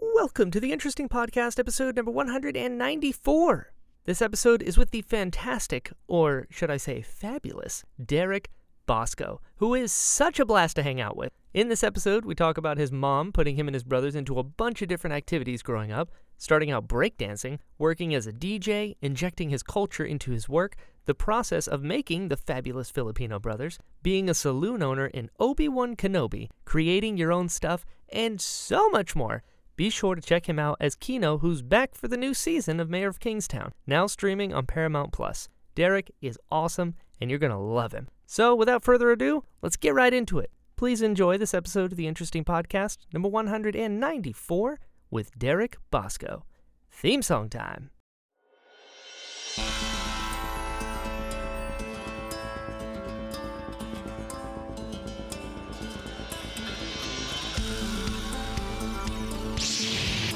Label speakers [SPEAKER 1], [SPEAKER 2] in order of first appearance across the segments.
[SPEAKER 1] Welcome to the Interesting Podcast, episode number 194. This episode is with the fantastic, or should I say fabulous, Derek Bosco, who is such a blast to hang out with. In this episode, we talk about his mom putting him and his brothers into a bunch of different activities growing up, starting out breakdancing, working as a DJ, injecting his culture into his work, the process of making the fabulous Filipino brothers, being a saloon owner in Obi Wan Kenobi, creating your own stuff, and so much more. Be sure to check him out as Kino, who's back for the new season of Mayor of Kingstown, now streaming on Paramount Plus. Derek is awesome, and you're gonna love him. So, without further ado, let's get right into it. Please enjoy this episode of the Interesting Podcast, number 194, with Derek Bosco. Theme song time.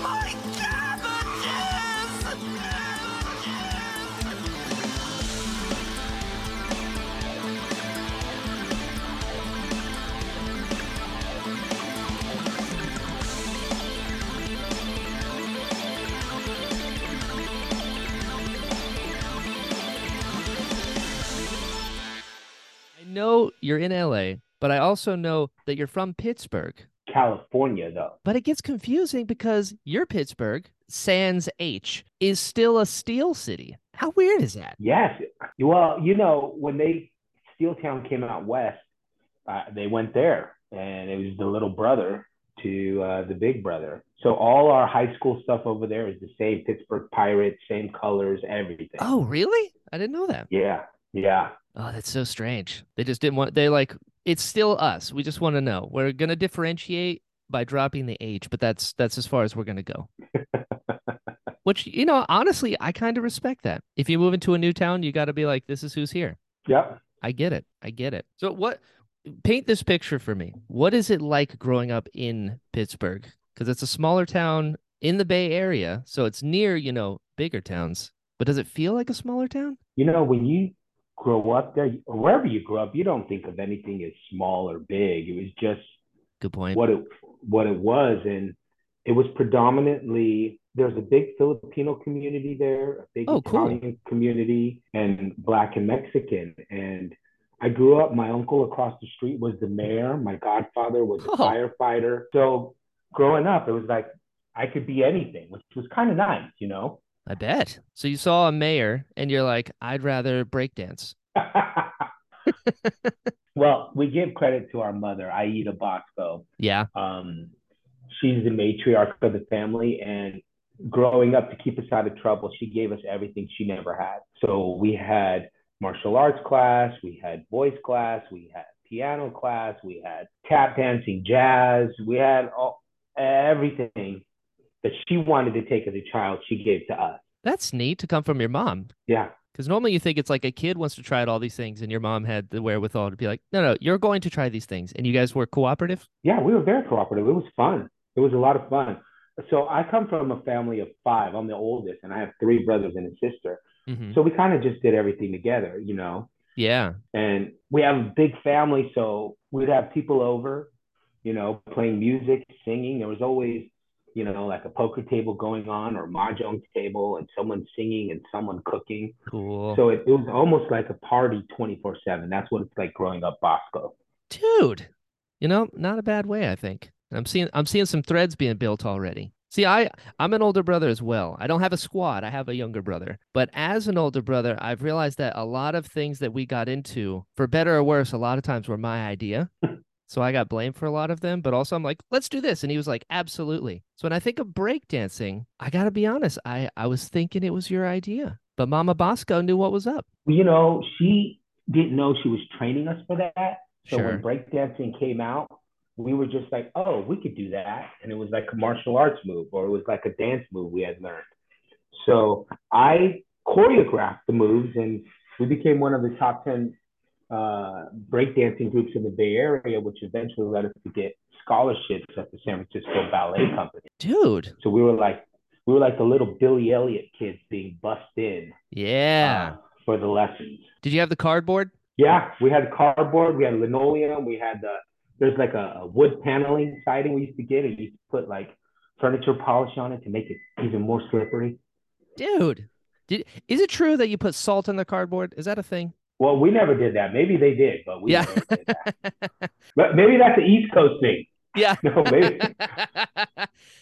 [SPEAKER 2] My cabbages!
[SPEAKER 1] I know you're in LA, but I also know that you're from Pittsburgh.
[SPEAKER 3] California, though.
[SPEAKER 1] But it gets confusing because your Pittsburgh, Sans H, is still a steel city. How weird is that?
[SPEAKER 3] Yes. Well, you know, when they Steel Town came out west, uh, they went there, and it was the little brother to uh, the big brother. So all our high school stuff over there is the same Pittsburgh Pirates, same colors, everything.
[SPEAKER 1] Oh, really? I didn't know that.
[SPEAKER 3] Yeah, yeah.
[SPEAKER 1] Oh, that's so strange. They just didn't want, they like, it's still us. We just want to know. We're going to differentiate by dropping the H, but that's, that's as far as we're going to go. Which, you know, honestly, I kind of respect that. If you move into a new town, you got to be like, this is who's here.
[SPEAKER 3] Yep.
[SPEAKER 1] I get it. I get it. So what paint this picture for me. What is it like growing up in Pittsburgh? Cuz it's a smaller town in the Bay Area, so it's near, you know, bigger towns. But does it feel like a smaller town?
[SPEAKER 3] You know, when you grow up there, or wherever you grow up, you don't think of anything as small or big. It was just
[SPEAKER 1] Good point.
[SPEAKER 3] what it what it was and it was predominantly there's a big Filipino community there, a big
[SPEAKER 1] Oh, cool.
[SPEAKER 3] Italian community, and black and Mexican. And I grew up. My uncle across the street was the mayor. My godfather was a
[SPEAKER 1] Oh.
[SPEAKER 3] firefighter. So growing up, it was like I could be anything, which was kind of nice, you know.
[SPEAKER 1] I bet. So you saw a mayor and you're like, I'd rather breakdance.
[SPEAKER 3] well, we give credit to our mother, Aida Bosco.
[SPEAKER 1] Yeah.
[SPEAKER 3] um, she's the matriarch of the family and growing up to keep us out of trouble she gave us everything she never had so we had martial arts class we had voice class we had piano class we had tap dancing jazz we had all, everything that she wanted to take as a child she gave to us
[SPEAKER 1] That's neat to come from your mom.
[SPEAKER 3] yeah
[SPEAKER 1] Because normally you think it's like a kid wants to try out all these things, and your mom had the wherewithal to be like, no, no, you're going to try these things. And you guys were cooperative.
[SPEAKER 3] yeah, we were very cooperative. It was fun. It was a lot of fun. So I come from a family of five. I'm the oldest, and I have three brothers and a sister.
[SPEAKER 1] Mhm.
[SPEAKER 3] So we kind of just did everything together, you know.
[SPEAKER 1] Yeah.
[SPEAKER 3] And we have a big family, so we'd have people over, you know, playing music, singing. There was always, you know, like a poker table going on or mahjong table, and someone singing and someone cooking.
[SPEAKER 1] Cool.
[SPEAKER 3] So it, it was almost like a party 24 seven. That's what it's like growing up Bosco.
[SPEAKER 1] dude you know not a bad way i think i'm seeing i'm seeing some threads being built already see i i'm an older brother as well i don't have a squad i have a younger brother but as an older brother i've realized that a lot of things that we got into for better or worse a lot of times were my idea so i got blamed for a lot of them but also i'm like let's do this and he was like absolutely so when i think of breakdancing i gotta be honest i i was thinking it was your idea but mama bosco knew what was up
[SPEAKER 3] You know, she didn't know she was training us for that. So
[SPEAKER 1] sure
[SPEAKER 3] when breakdancing came out, we were just like, oh, we could do that. And it was like a martial arts move or it was like a dance move we had learned. So I choreographed the moves and we became one of the top 10 uh, breakdancing groups in the Bay Area, which eventually led us to get scholarships at the San Francisco Ballet
[SPEAKER 1] Hmm.
[SPEAKER 3] Company.
[SPEAKER 1] dude
[SPEAKER 3] So we were like, we were like the little Billy Elliot kids being bussed in uh,
[SPEAKER 1] yeah
[SPEAKER 3] for the lessons.
[SPEAKER 1] did you have the cardboard
[SPEAKER 3] Yeah, we had cardboard, we uh, had linoleum, we had the there's like a, a wood paneling siding we used to get. and you used to put like furniture polish on it to make it even more slippery.
[SPEAKER 1] Dude, did, is it true that you put salt in the cardboard? Is that a thing?
[SPEAKER 3] Well, we never did that. Maybe they did, but we
[SPEAKER 1] Yeah.
[SPEAKER 3] never did that. But maybe that's the East Coast thing.
[SPEAKER 1] Yeah.
[SPEAKER 3] No, maybe.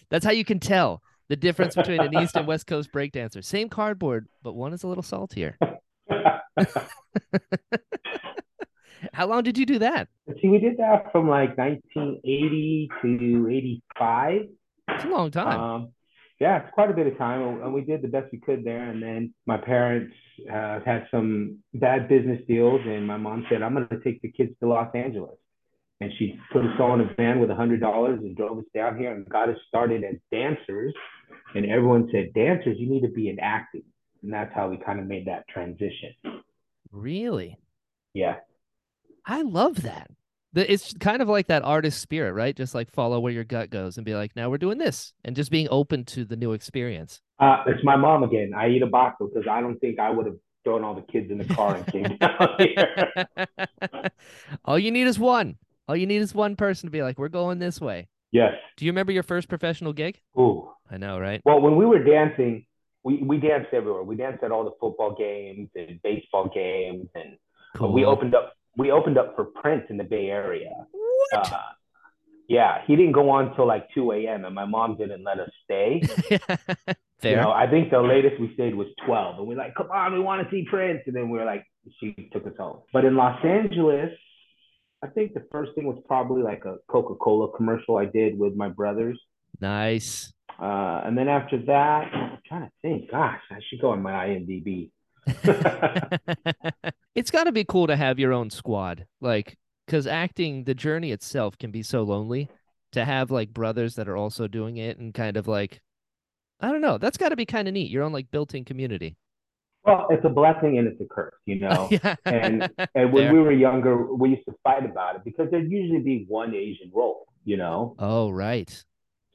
[SPEAKER 1] That's how you can tell the difference between an East and West Coast breakdancer. Same cardboard, but one is a little saltier. How long did you do that?
[SPEAKER 3] See, we did that from like 1980 to 85.
[SPEAKER 1] It's a long time.
[SPEAKER 3] Um, yeah, it's quite a bit of time, and- and we did the best we could there. And then my parents uh, had some bad business deals, and my mom said, "I'm going to take the kids to Los Angeles." And she put us all in a van with a hundred dollars and drove us down here and got us started as dancers. And everyone said, "Dancers, you need to be in acting," and that's how we kind of made that transition.
[SPEAKER 1] really?
[SPEAKER 3] Yeah,
[SPEAKER 1] I love that. The- It's kind of like that artist spirit, right? Just like follow where your gut goes and be like, now we're doing this, and just being open to the new experience.
[SPEAKER 3] uh, it's my mom again. I eat a box because I don't think I would have thrown all the kids in the car and came down here.
[SPEAKER 1] All you need is one. All you need is one person to be like, we're going this way.
[SPEAKER 3] Yes.
[SPEAKER 1] Do you remember your first professional gig?
[SPEAKER 3] Ooh.
[SPEAKER 1] I know, right?
[SPEAKER 3] Well, when we were dancing, we, we danced everywhere. We danced at all the football games and baseball games, and but we
[SPEAKER 1] Cool.
[SPEAKER 3] opened up we opened up for Prince in the Bay Area.
[SPEAKER 1] What?
[SPEAKER 3] Uh, yeah, he didn't go on till like two a.m. and my mom didn't let us stay.
[SPEAKER 1] Fair.
[SPEAKER 3] You know, I think the latest we stayed was twelve, and we're like, "Come on, we want to see Prince," and then we are like, she took us home. But in Los Angeles, I think the first thing was probably like a Coca Cola commercial I did with my brothers.
[SPEAKER 1] Nice.
[SPEAKER 3] Uh, and then after that, I'm trying to think. Gosh, I should go on my IMDb.
[SPEAKER 1] it's got to be cool to have your own squad. Like, because acting, the journey itself can be so lonely. To have like brothers that are also doing it and kind of like, I don't know. That's got to be kind of neat. Your own like built in community.
[SPEAKER 3] well, it's a blessing and it's a curse, you know.
[SPEAKER 1] yeah.
[SPEAKER 3] and- and when
[SPEAKER 1] Fair.
[SPEAKER 3] we were younger, we used to fight about it because there'd usually be one Asian role, you know.
[SPEAKER 1] oh, right.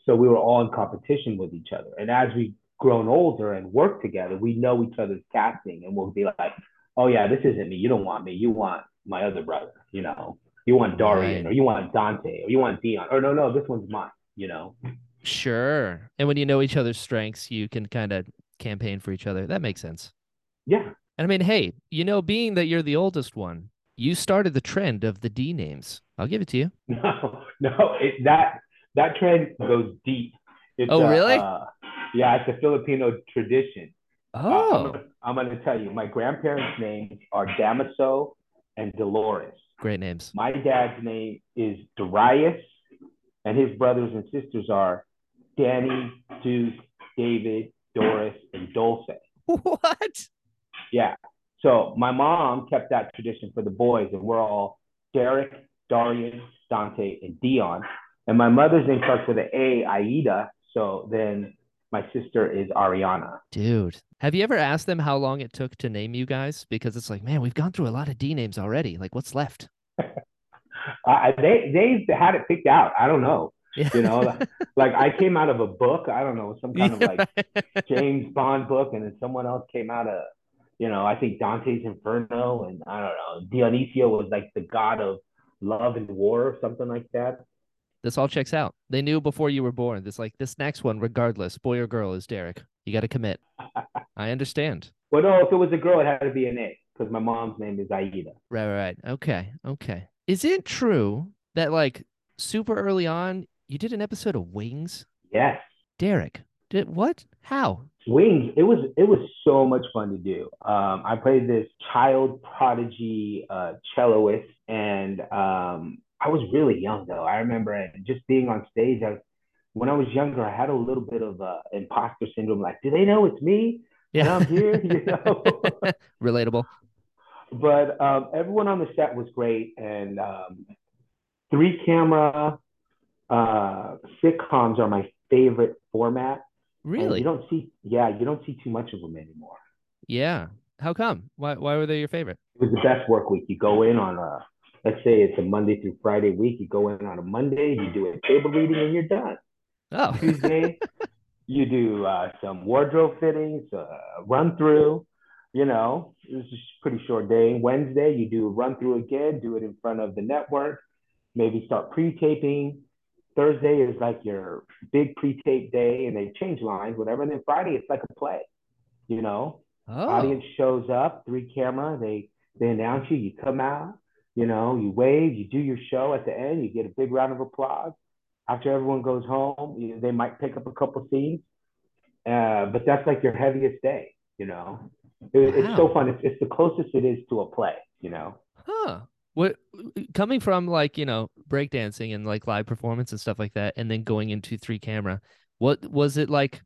[SPEAKER 3] So we were all in competition with each other. And as we grown older and worked together, we know each other's casting, and we'll be like, "Oh yeah, this isn't me. You don't want me. You want my other brother. You know, you want
[SPEAKER 1] Right.
[SPEAKER 3] Darian, or you want Dante, or you want Dion, or no, no, this one's mine. You know."
[SPEAKER 1] Sure. And when you know each other's strengths, you can kind of campaign for each other. That makes sense.
[SPEAKER 3] Yeah.
[SPEAKER 1] And I mean, hey, you know, being that you're the oldest one, you started the trend of the D names. I'll give it to you.
[SPEAKER 3] No, no, it, that that trend goes deep. It's
[SPEAKER 1] Oh,
[SPEAKER 3] a,
[SPEAKER 1] really?
[SPEAKER 3] uh, yeah, it's a Filipino tradition. Uh, I'm,
[SPEAKER 1] Oh,
[SPEAKER 3] gonna, I'm gonna tell you, my grandparents' names are Damaso and Dolores.
[SPEAKER 1] great names.
[SPEAKER 3] My dad's name is Darius, and his brothers and sisters are Danny, Deuce, David, Doris, and Dulce.
[SPEAKER 1] What?
[SPEAKER 3] Yeah. So my mom kept that tradition for the boys, and we're all Derek, Darian, Dante, and Dion. And my mother's name starts with an A, Aida. So then my sister is Ariana.
[SPEAKER 1] Dude, have you ever asked them how long it took to name you guys? Because it's like, man, we've gone through a lot of D names already. Like, what's left?
[SPEAKER 3] Uh, they they had it picked out. I don't know.
[SPEAKER 1] Yeah.
[SPEAKER 3] You know, like, I came out of a book. I don't know, some kind of like James Bond book, and then someone else came out of, you know, I think Dante's Inferno, and I don't know, Dionisio was like the god of love and war or something like that.
[SPEAKER 1] this all checks out. They knew before you were born. This, like, this next one, regardless, boy or girl, is Derek. You got to commit. I understand.
[SPEAKER 3] Well, no, if it was a girl, it had to be an A because my mom's name is Aida.
[SPEAKER 1] Right, right, right. Okay, okay. Is it true that, like, super early on, you did an episode of Wings?
[SPEAKER 3] Yes,
[SPEAKER 1] Derek, did what? How?
[SPEAKER 3] Wings. It was it was so much fun to do. Um, I played this child prodigy uh, celloist, and um, I was really young though. I remember and just being on stage. I, when I was younger, I had a little bit of uh, imposter syndrome. Like, do they know it's me? And I'm here, you know.
[SPEAKER 1] Relatable.
[SPEAKER 3] but um, everyone on the set was great and um, three camera uh, sitcoms are my favorite format And
[SPEAKER 1] Really?
[SPEAKER 3] you don't see yeah you don't see too much of them anymore
[SPEAKER 1] Yeah. How come? Why why were they your favorite?
[SPEAKER 3] it was the best work week you go in on a let's say it's a monday through friday week you go in on a monday you do a table reading and you're done
[SPEAKER 1] Oh.
[SPEAKER 3] tuesday you do uh, some wardrobe fittings uh, run through you know it was just a pretty short day wednesday you do a run through again do it in front of the network maybe start pre-taping Thursday is like your big pre-tape day, and they change lines, whatever. And then Friday, it's like a play. You know,
[SPEAKER 1] Oh,
[SPEAKER 3] audience shows up, three camera. They they announce you. You come out. You know, you wave. You do your show at the end. You get a big round of applause. After everyone goes home, you, they might pick up a couple scenes. Uh, but that's like your heaviest day. You know, It- it's so
[SPEAKER 1] Wow.
[SPEAKER 3] fun. It's, it's the closest it is to a play. You know.
[SPEAKER 1] huh. What coming from like you know breakdancing and like live performance and stuff like that, and then going into three camera. What was it like?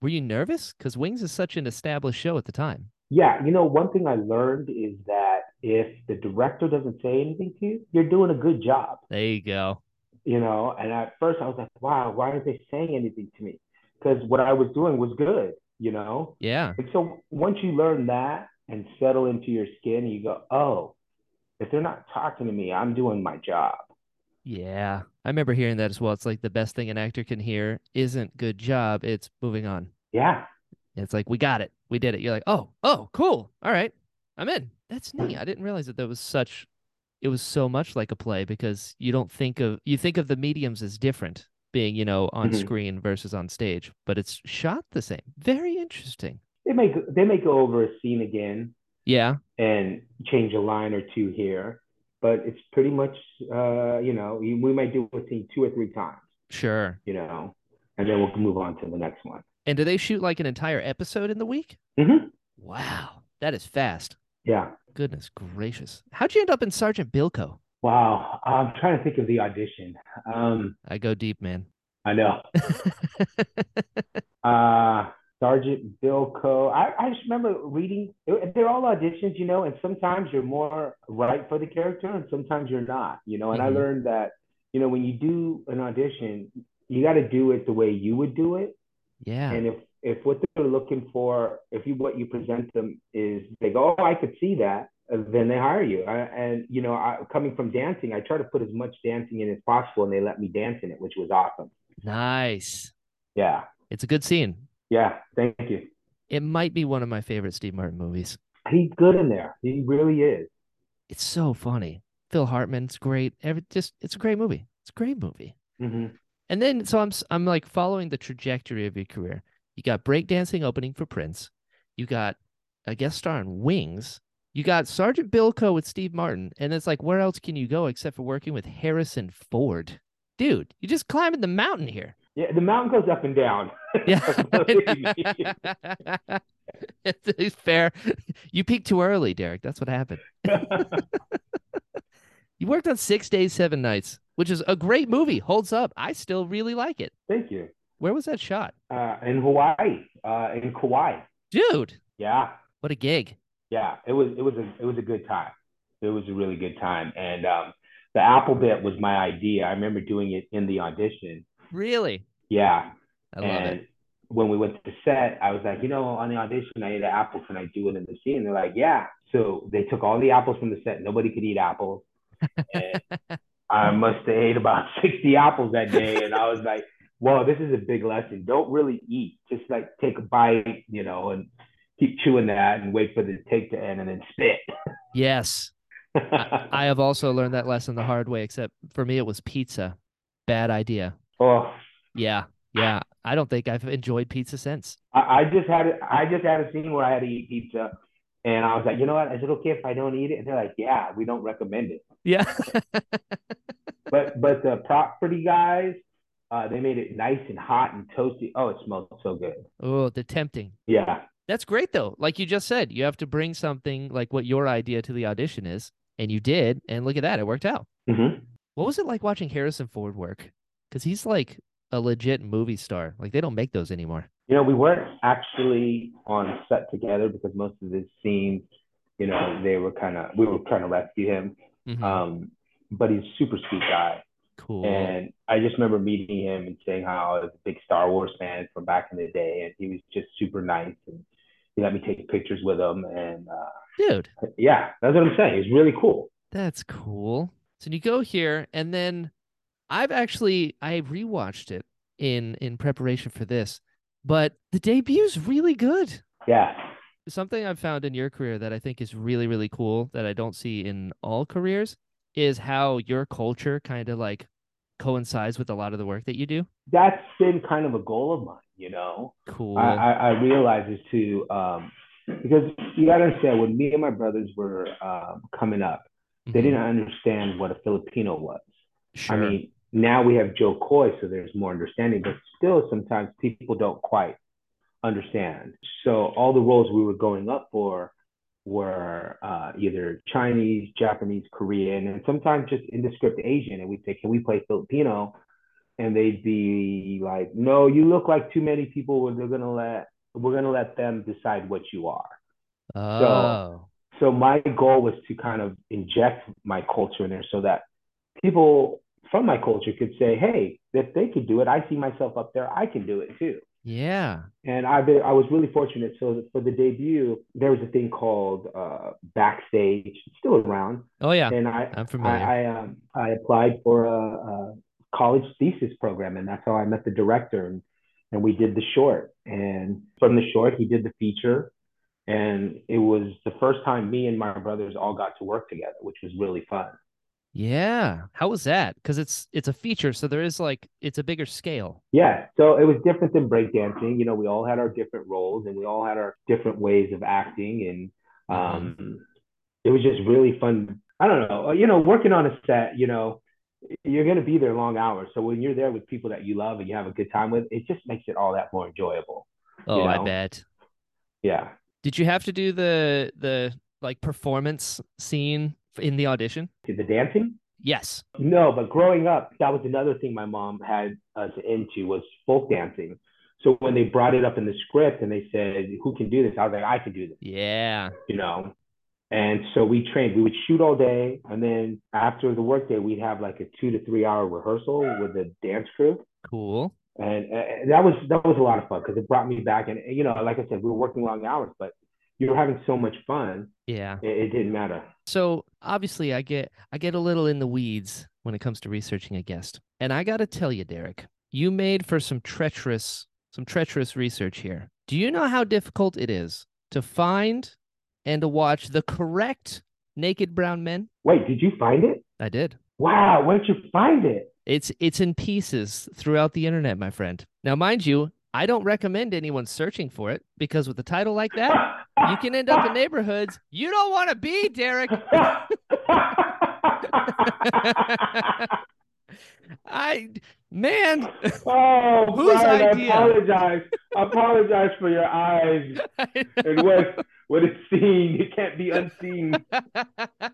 [SPEAKER 1] Were you nervous? Because Wings is such an established show at the time.
[SPEAKER 3] Yeah, you know, one thing I learned is that if the director doesn't say anything to you, you're doing a good job,
[SPEAKER 1] There you go.
[SPEAKER 3] you know. And at first I was like, wow, why aren't they saying anything to me? Because what I was doing was good, you know.
[SPEAKER 1] Yeah.
[SPEAKER 3] And so once you learn that and settle into your skin, you go, oh, if they're not talking to me, I'm doing my job.
[SPEAKER 1] Yeah. I remember hearing that as well. It's like the best thing an actor can hear isn't good job, it's moving on.
[SPEAKER 3] Yeah,
[SPEAKER 1] It's like we got it. We did it. You're like, "Oh, oh, cool. All right. I'm in." That's neat. I didn't realize that there was such it was so much like a play because you don't think of you think of the mediums as different being, you know, on
[SPEAKER 3] Mhm.
[SPEAKER 1] screen versus on stage, but it's shot the same. Very interesting.
[SPEAKER 3] they may go- they may go over a scene again
[SPEAKER 1] Yeah.
[SPEAKER 3] and change a line or two here, but it's pretty much, uh, you know, we we might do a scene two or three times.
[SPEAKER 1] Sure.
[SPEAKER 3] you know, and then we'll move on to the next one.
[SPEAKER 1] And do they shoot like an entire episode in the week?
[SPEAKER 3] hmm
[SPEAKER 1] Wow. That is fast.
[SPEAKER 3] Yeah.
[SPEAKER 1] Goodness gracious. How'd you end up in Sergeant Bilko?
[SPEAKER 3] Wow. I'm trying to think of the audition. Um,
[SPEAKER 1] I go deep, man.
[SPEAKER 3] I know. Uh, Sergeant Bilko. I, I just remember reading, they're all auditions, you know, and sometimes you're more right for the character and sometimes you're not, you know. And
[SPEAKER 1] Mhm.
[SPEAKER 3] I learned that, you know, when you do an audition, you got to do it the way you would do it.
[SPEAKER 1] yeah.
[SPEAKER 3] And if if what they're looking for, if you what you present them is they go, oh, I could see that, uh, then they hire you. I, and you know, I, coming from dancing, I try to put as much dancing in as possible, and they let me dance in it, which was awesome.
[SPEAKER 1] Nice.
[SPEAKER 3] Yeah,
[SPEAKER 1] It's a good scene.
[SPEAKER 3] yeah. Thank you.
[SPEAKER 1] It might be one of my favorite Steve Martin movies.
[SPEAKER 3] He's good in there. He really is.
[SPEAKER 1] It's so funny. Phil Hartman's great. Every just it's a great movie. It's a great movie.
[SPEAKER 3] hmm
[SPEAKER 1] And then so I'm s- I'm like following the trajectory of your career. You got breakdancing opening for Prince. You got a guest star in Wings. You got Sergeant Bilko with Steve Martin. And it's like where else can you go except for working with Harrison Ford? Dude, you're just climbing the mountain here.
[SPEAKER 3] Yeah, the mountain goes up and down.
[SPEAKER 1] Yeah. it's fair. You peaked too early, Derek. That's what happened. You worked on Six Days, Seven Nights, which is a great movie. Holds up. I still really like it.
[SPEAKER 3] Thank you.
[SPEAKER 1] Where was that shot?
[SPEAKER 3] Uh, in Hawaii, uh, in Kauai.
[SPEAKER 1] Dude,
[SPEAKER 3] Yeah.
[SPEAKER 1] what a gig.
[SPEAKER 3] yeah, it was it was a it was a good time. It was a really good time, and um, the apple bit was my idea. I remember doing it in the audition.
[SPEAKER 1] Really?
[SPEAKER 3] Yeah,
[SPEAKER 1] I love
[SPEAKER 3] and
[SPEAKER 1] it.
[SPEAKER 3] when we went to set, I was like, you know, on the audition, I ate an apple. Can I do it in the scene? And they're like, yeah. So they took all the apples from the set. Nobody could eat apples. And I must have ate about 60 apples that day. And I was like, whoa, this is a big lesson. Don't really eat. Just like take a bite, you know, and keep chewing that and wait for the take to end and then spit.
[SPEAKER 1] Yes. I have also learned that lesson the hard way, except for me, it was pizza. Bad idea.
[SPEAKER 3] oh,
[SPEAKER 1] Yeah. Yeah. I don't think I've enjoyed pizza since.
[SPEAKER 3] I, I just had I just had a scene where I had to eat pizza. And I was like, you know what? Is it okay if I don't eat it? And they're like, yeah, we don't recommend it.
[SPEAKER 1] Yeah.
[SPEAKER 3] But but the property guys, uh, they made it nice and hot and toasty. Oh, it smells so good.
[SPEAKER 1] oh, they're tempting.
[SPEAKER 3] Yeah,
[SPEAKER 1] That's great though. Like you just said, you have to bring something like what your idea to the audition is, and you did, and look at that, it worked out.
[SPEAKER 3] Mhm.
[SPEAKER 1] What was it like watching Harrison Ford work? Because he's like a legit movie star. Like they don't make those anymore.
[SPEAKER 3] you know, we weren't actually on set together because most of the scenes, you know, they were kind of we were trying to rescue him.
[SPEAKER 1] Mhm.
[SPEAKER 3] Um, but he's a super sweet guy,
[SPEAKER 1] cool.
[SPEAKER 3] and I just remember meeting him and saying how I was a big Star Wars fan from back in the day, and he was just super nice and he let me take pictures with him, and uh,
[SPEAKER 1] Dude,
[SPEAKER 3] yeah, that's what I'm saying. He's really cool.
[SPEAKER 1] that's cool. So you go here, and then I've actually I rewatched it in in preparation for this, but the debut's really good.
[SPEAKER 3] Yeah,
[SPEAKER 1] something I've found in your career that I think is really, really cool that I don't see in all careers is how your culture kind of like coincides with a lot of the work that you do?
[SPEAKER 3] That's been kind of a goal of mine, you know.
[SPEAKER 1] Cool.
[SPEAKER 3] I, I, I realize is to um, because you gotta understand when me and my brothers were um, coming up, they
[SPEAKER 1] Mhm.
[SPEAKER 3] didn't understand what a Filipino was.
[SPEAKER 1] Mm-hmm. Sure.
[SPEAKER 3] I mean, now we have Joe Coy, so there's more understanding, but still sometimes people don't quite understand. So all the roles we were going up for were uh, either Chinese, Japanese, Korean, and sometimes just indescript Asian. And we'd say, can we play Filipino? And they'd be like, no, you look like too many people. We're they're gonna let we're gonna let them decide what you are.
[SPEAKER 1] oh,
[SPEAKER 3] So my goal was to kind of inject my culture in there so that people from my culture could say, hey, if they could do it, I see myself up there, I can do it too.
[SPEAKER 1] yeah.
[SPEAKER 3] And I've been, I was really fortunate. So for the debut, there was a thing called uh, Backstage, it's still around.
[SPEAKER 1] Oh, yeah.
[SPEAKER 3] And I,
[SPEAKER 1] I'm
[SPEAKER 3] I,
[SPEAKER 1] familiar.
[SPEAKER 3] I, um, I applied for a, a college thesis program, and that's how I met the director. And, and we did the short. And from the short, he did the feature. And it was the first time me and my brothers all got to work together, which was really fun.
[SPEAKER 1] yeah. How was that? Because it's it's a feature, so there is like it's a bigger scale.
[SPEAKER 3] Yeah, so it was different than breakdancing. You know, we all had our different roles and we all had our different ways of acting. And um, it was just really fun. I don't know, uh, you know, working on a set, you know, you're going to be there long hours. So when you're there with people that you love and you have a good time with, it just makes it all that more enjoyable.
[SPEAKER 1] Oh, I
[SPEAKER 3] know.
[SPEAKER 1] bet.
[SPEAKER 3] Yeah.
[SPEAKER 1] Did you have to do the the like performance scene in the audition?
[SPEAKER 3] See, The dancing?
[SPEAKER 1] Yes.
[SPEAKER 3] No, but growing up, that was another thing my mom had us into was folk dancing. So when they brought it up in the script and they said, who can do this? I was like, I can do this.
[SPEAKER 1] Yeah.
[SPEAKER 3] you know. And so we trained. We would shoot all day, and then after the workday, we'd have like a two to three hour rehearsal with the dance crew,
[SPEAKER 1] Cool.
[SPEAKER 3] and, and that was that was a lot of fun because it brought me back. And you know, like I said, we were working long hours, but you were having so much fun,
[SPEAKER 1] Yeah.
[SPEAKER 3] it, it didn't matter.
[SPEAKER 1] So obviously I get I get a little in the weeds when it comes to researching a guest. And I gotta tell you, Derek, you made for some treacherous some treacherous research here. Do you know how difficult it is to find and to watch the correct naked brown men?
[SPEAKER 3] Wait, did you find it?
[SPEAKER 1] I did.
[SPEAKER 3] Wow, where'd you find it?
[SPEAKER 1] It's it's in pieces throughout the internet, my friend. Now mind you, I don't recommend anyone searching for it because with a title like that, you can end up in neighborhoods you don't want to be, Derek. I man,
[SPEAKER 3] oh,
[SPEAKER 1] Whose
[SPEAKER 3] Brian,
[SPEAKER 1] idea?
[SPEAKER 3] I apologize. I apologize for your eyes. and what what is seen it can't be unseen.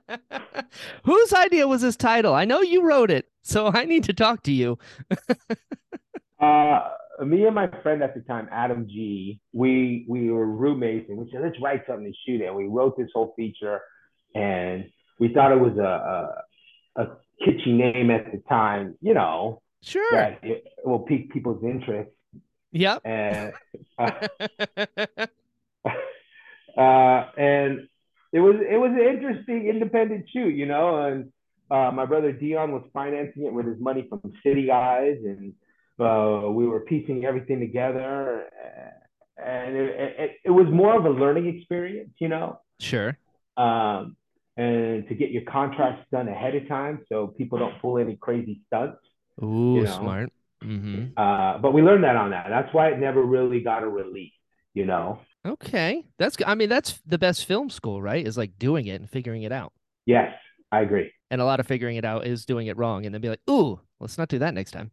[SPEAKER 1] Whose idea was this title? I know you wrote it, so I need to talk to you.
[SPEAKER 3] Uh, me and my friend at the time, Adam G, we we were roommates, and we said let's write something and shoot it. And we wrote this whole feature, and we thought it was a a, a kitschy name at the time, you know,
[SPEAKER 1] Sure.
[SPEAKER 3] that it will pique people's interest.
[SPEAKER 1] Yep.
[SPEAKER 3] And uh, uh, and it was it was an interesting independent shoot, you know. And uh, my brother Dion was financing it with his money from City Guys, and uh, we were piecing everything together. uh, And it, it, it was more of a learning experience, you know,
[SPEAKER 1] sure.
[SPEAKER 3] um, and to get your contracts done ahead of time so people don't pull any crazy stunts.
[SPEAKER 1] Ooh,
[SPEAKER 3] know.
[SPEAKER 1] smart. Mm-hmm.
[SPEAKER 3] Uh, but we learned that on that. That's why it never really got a release, you know.
[SPEAKER 1] Okay. That's g- I mean, that's the best film school, right? Is like doing it and figuring it out.
[SPEAKER 3] Yes, I agree.
[SPEAKER 1] And a lot of figuring it out is doing it wrong and then be like, ooh, let's not do that next time.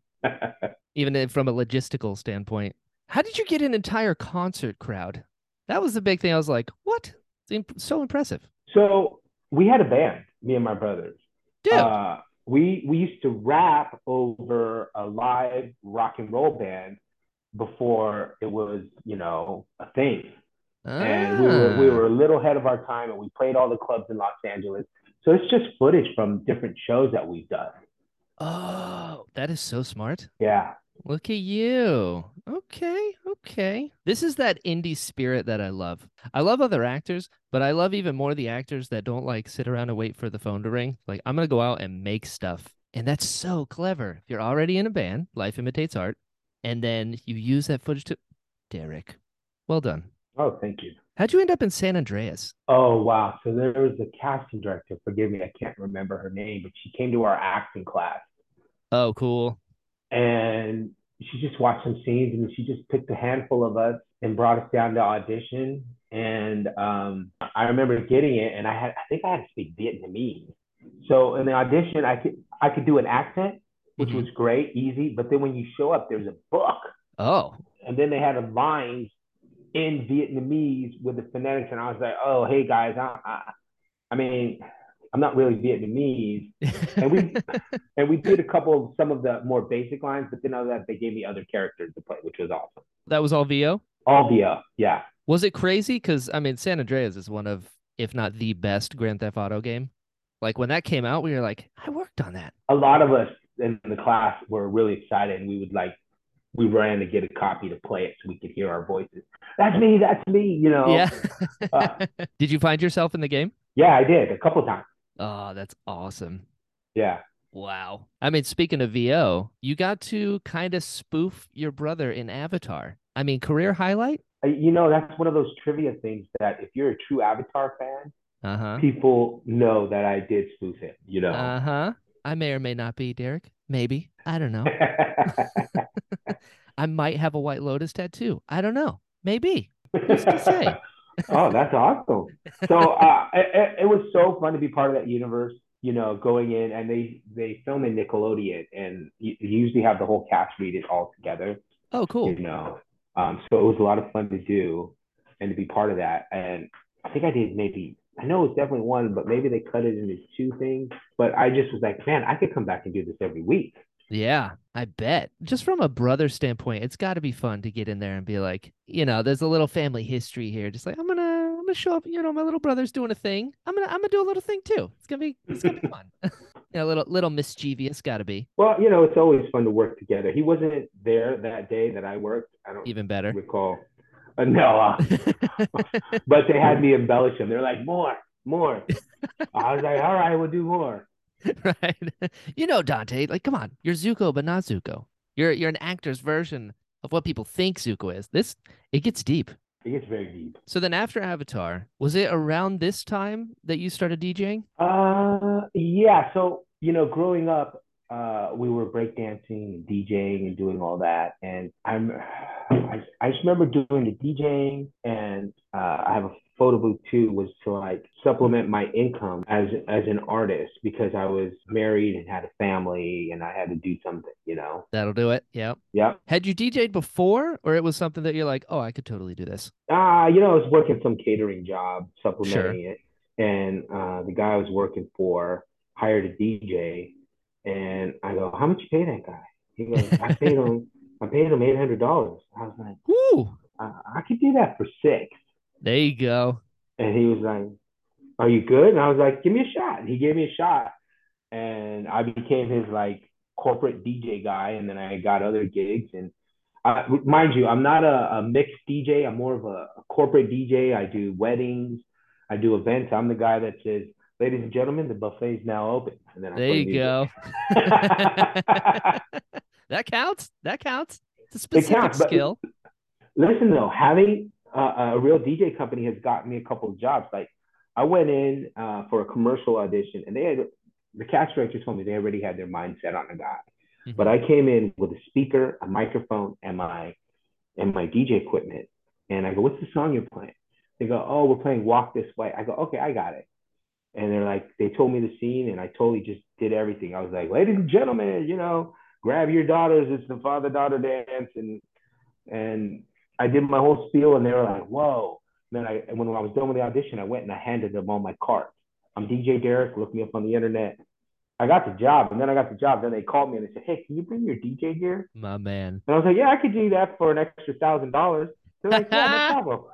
[SPEAKER 1] Even if from a logistical standpoint. How did you get an entire concert crowd? That was the big thing. I was like, what? It's imp- so impressive.
[SPEAKER 3] So we had a band, me and my brothers.
[SPEAKER 1] Dude.
[SPEAKER 3] Uh, we we used to rap over a live rock and roll band before it was, you know, a thing. And we were we
[SPEAKER 1] Ah.
[SPEAKER 3] were a little ahead of our time, and we played all the clubs in Los Angeles. So it's just footage from different shows that we've done.
[SPEAKER 1] Oh, that is so smart.
[SPEAKER 3] Yeah,
[SPEAKER 1] Look at you. Okay, okay. This is that indie spirit that I love. I love other actors, but I love even more the actors that don't like sit around and wait for the phone to ring. Like, I'm going to go out and make stuff. And that's so clever. If you're already in a band, life imitates art, and then you use that footage to Derek. Well done.
[SPEAKER 3] Oh, thank you.
[SPEAKER 1] How'd you end up in San Andreas?
[SPEAKER 3] Oh, wow. So there was a casting director, forgive me, I can't remember her name, but she came to our acting class
[SPEAKER 1] Oh, cool.
[SPEAKER 3] and she just watched some scenes and she just picked a handful of us and brought us down to audition and um, i remember getting it and i had i think i had to speak vietnamese so in the audition i could i could do an accent which
[SPEAKER 1] Mhm.
[SPEAKER 3] was great easy but then when you show up there's a book
[SPEAKER 1] Oh,
[SPEAKER 3] and then they had a lines in Vietnamese with the phonetics, and I was like, "Oh, hey guys, I, I, I mean, I'm not really Vietnamese." And we and we did a couple of some of the more basic lines, but then other than that, they gave me other characters to play, which was awesome.
[SPEAKER 1] that was all VO.
[SPEAKER 3] All via, yeah,
[SPEAKER 1] Was it crazy? Because I mean, San Andreas is one of, if not the best Grand Theft Auto game. Like when that came out, we were like, I worked on that.
[SPEAKER 3] a lot of us in the class were really excited, and we would like. We ran to get a copy to play it so we could hear our voices. That's me, that's me, you know.
[SPEAKER 1] Yeah.
[SPEAKER 3] Uh,
[SPEAKER 1] Did you find yourself in the game?
[SPEAKER 3] yeah, I did a couple times.
[SPEAKER 1] Oh, that's awesome.
[SPEAKER 3] Yeah.
[SPEAKER 1] Wow. I mean, speaking of VO, you got to kind of spoof your brother in Avatar. I mean, career highlight?
[SPEAKER 3] Uh, You know, that's one of those trivia things that if you're a true Avatar fan,
[SPEAKER 1] Uh huh.
[SPEAKER 3] people know that I did spoof him, you know.
[SPEAKER 1] Uh huh. I may or may not be Derek. Maybe. I don't know. I might have a White Lotus tattoo. I don't know. Maybe. to say?
[SPEAKER 3] oh, that's awesome. So uh, it, it- it was so fun to be part of that universe, you know, going in and they, they film in Nickelodeon and you, you usually have the whole cast read it all together.
[SPEAKER 1] Oh, cool.
[SPEAKER 3] you know. Um, so it was a lot of fun to do and to be part of that. And I think I did maybe I know it was definitely one, but maybe they cut it into two things. But I just was like, man, I could come back and do this every week.
[SPEAKER 1] Yeah, I bet. Just from a brother standpoint, it's got to be fun to get in there and be like, you know, there's a little family history here. Just like I'm gonna, I'm gonna show up. You know, my little brother's doing a thing. I'm gonna, I'm gonna do a little thing too. It's gonna be, it's gonna be fun. you know, a little, little mischievous. Got to be
[SPEAKER 3] Well, you know, it's always fun to work together. He wasn't there that day that I worked. I don't
[SPEAKER 1] even better.
[SPEAKER 3] recall. Uh, no, uh, but they had me embellish him. They're like, more, more. I was like, all right, we'll do more.
[SPEAKER 1] right? you know, Dante, like, come on, you're Zuko, but not Zuko. You're you're an actor's version of what people think Zuko is. This it gets deep.
[SPEAKER 3] It gets very deep.
[SPEAKER 1] So then, after Avatar, was it around this time that you started DJing?
[SPEAKER 3] Uh, yeah. So, you know, growing up, uh, we were breakdancing and DJing and doing all that. And I'm, I, I just remember doing the DJing and uh, I have a photo booth too, was to like supplement my income as as an artist because I was married and had a family and I had to do something, you know.
[SPEAKER 1] That'll do it. Yeah.
[SPEAKER 3] Yep.
[SPEAKER 1] Had you DJ'd before, or it was something that you're like, oh, I could totally do this?
[SPEAKER 3] Uh, you know, I was working some catering job, supplementing it. And uh, the guy I was working for hired a DJ. And I go, How much you pay that guy? He goes, I paid him, I paid him $800. I was like,
[SPEAKER 1] Woo!
[SPEAKER 3] I, I could do that for six.
[SPEAKER 1] There you go.
[SPEAKER 3] And he was like, Are you good? And I was like, Give me a shot. And he gave me a shot. And I became his like corporate DJ guy. And then I got other gigs. And I, mind you, I'm not a, a mixed DJ. I'm more of a, a corporate DJ. I do weddings, I do events. I'm the guy that says, Ladies and gentlemen, the buffet is now open. And then I
[SPEAKER 1] There
[SPEAKER 3] play
[SPEAKER 1] you
[SPEAKER 3] music.
[SPEAKER 1] go. that counts. That counts. It's a specific
[SPEAKER 3] counts, but-
[SPEAKER 1] skill.
[SPEAKER 3] Listen though, having uh, a real DJ company has gotten me a couple of jobs. Like I went in uh, for a commercial audition, and they had the cast director told me they already had their mindset on the guy.
[SPEAKER 1] Mhm.
[SPEAKER 3] But I came in with a speaker, a microphone, and my and my DJ equipment, and I go, "What's the song you're playing?" They go, "Oh, we're playing Walk This Way." I go, "Okay, I got it." And they're like, they told me the scene, and I totally just did everything. I was like, "Ladies and gentlemen, you know, grab your daughters. It's the father daughter dance," and and I did my whole spiel, and they were like, "Whoa!" And then I, and when I was done with the audition, I went and I handed them all my cards. I'm DJ Derek. Look me up on the internet. I got the job, and then I got the job. Then they called me and they said, "Hey, can you bring your DJ gear?"
[SPEAKER 1] My man.
[SPEAKER 3] And I was like, "Yeah, I could do that for an extra thousand dollars." They're like, "Yeah, no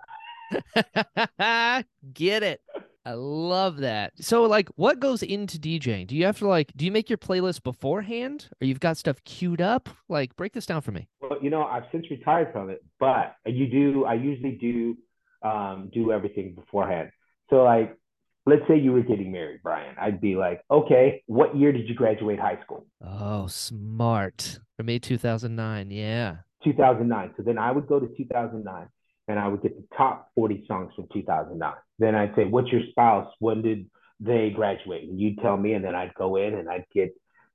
[SPEAKER 3] problem."
[SPEAKER 1] Get it. I love that. So, like, what goes into DJing? Do you have to, like, do you make your playlist beforehand or you've got stuff queued up? Like, break this down for me.
[SPEAKER 3] Well, you know, I've since retired from it, but you do. I usually do um, do everything beforehand. So, like, let's say you were getting married, Brian. I'd be like, "Okay, what year did you graduate high school?"
[SPEAKER 1] Oh, smart. For me, 2009. Yeah.
[SPEAKER 3] 2009. So then I would go to 2009 and I would get the top 40 songs from 2009. Then I'd say, What's your spouse? When did they graduate? And you'd tell me. And then I'd go in and I'd get,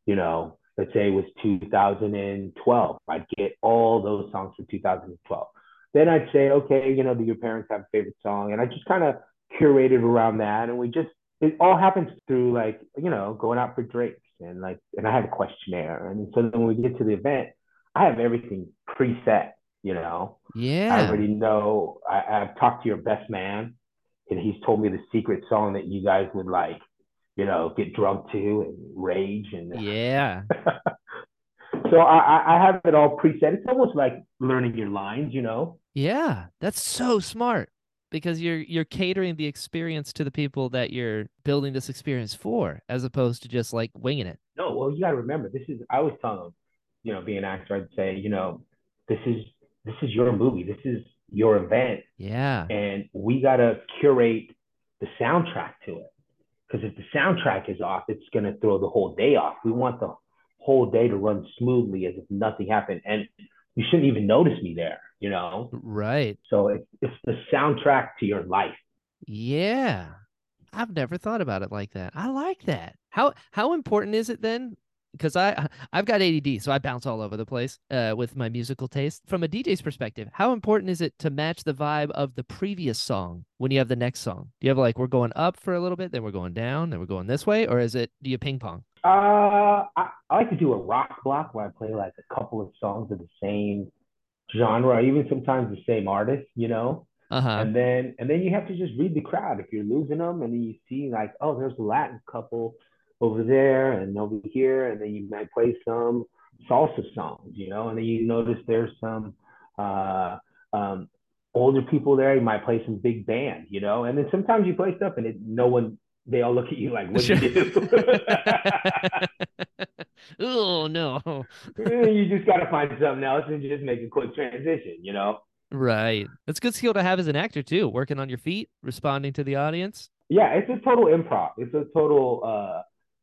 [SPEAKER 3] you know, let's say it was 2012, I'd get all those songs from 2012. Then I'd say, okay, you know, do your parents have a favorite song? And I just kind of curated around that. And we just, it all happens through like, you know, going out for drinks and like, and I have a questionnaire. And so then when we get to the event, I have everything preset, you know? I
[SPEAKER 1] Yeah.
[SPEAKER 3] already know, I, I've talked to your best man and he's told me the secret song that you guys would like, you know, get drunk to and rage and
[SPEAKER 1] Yeah.
[SPEAKER 3] so I, I- I have it all preset. It's almost like learning your lines, you know.
[SPEAKER 1] Yeah. That's so smart because you're you're catering the experience to the people that you're building this experience for as opposed to just like winging it.
[SPEAKER 3] No, well, you got to remember this is. I always tell them, you know, being an actor, I'd say, you know, this is this is your movie, this is your event,
[SPEAKER 1] Yeah.
[SPEAKER 3] and we got to curate the soundtrack to it. Because if the soundtrack is off, it's going to throw the whole day off. We want the whole day to run smoothly as if nothing happened, and you shouldn't even notice me there, you know.
[SPEAKER 1] Right.
[SPEAKER 3] So it's it's the soundtrack to your life.
[SPEAKER 1] Yeah. I've never thought about it like that. I like that. How how important is it then? Because I I- I've got ADD, so I bounce all over the place uh, with my musical taste. From a DJ's perspective, how important is it to match the vibe of the previous song when you have the next song? Do you have like we're going up for a little bit, then we're going down, then we're going this way, or is it do you ping pong?
[SPEAKER 3] Uh, I, I like to do a rock block where I play like a couple of songs of the same genre, or even sometimes the same artist, you know.
[SPEAKER 1] Uh huh.
[SPEAKER 3] And then and then you have to just read the crowd if you're losing them, and then you see like, oh, there's a Latin couple over there and over here, and then you might play some salsa songs, you know, and then you notice there's some uh, um, older people there. You might play some big band, you know, and then sometimes you play stuff and it, no one. They all look at you like, "What do you do?"
[SPEAKER 1] oh no.
[SPEAKER 3] Eh, you just got to find something else and just make a quick transition, you know?
[SPEAKER 1] Right. That's a good skill to have as an actor too, working on your feet, responding to the audience.
[SPEAKER 3] Yeah, it's a total improv. It's a total uh,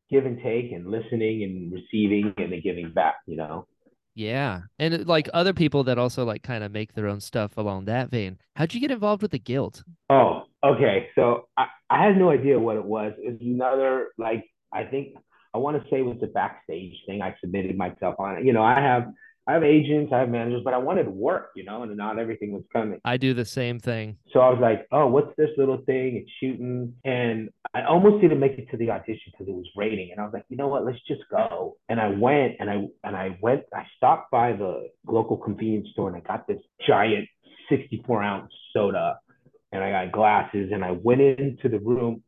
[SPEAKER 3] give and take and listening and receiving and then giving back, you know?
[SPEAKER 1] Yeah. And it- like other people that also like kind of make their own stuff along that vein. How'd you get involved with the guild?
[SPEAKER 3] Oh, okay. So I, I had no idea what it was. It was another, like, I think, I want to say it was the backstage thing. I submitted myself on it. You know, I have. I have agents, I have managers, but I wanted work, you know, and not everything was coming.
[SPEAKER 1] I do the same thing.
[SPEAKER 3] So I was like, oh, what's this little thing? It's shooting. And I almost didn't make it to the audition because it was raining. And I was like, you know what? Let's just go. And I went and I and I went, I stopped by the local convenience store and I got this giant 64 ounce soda and I got glasses and I went into the room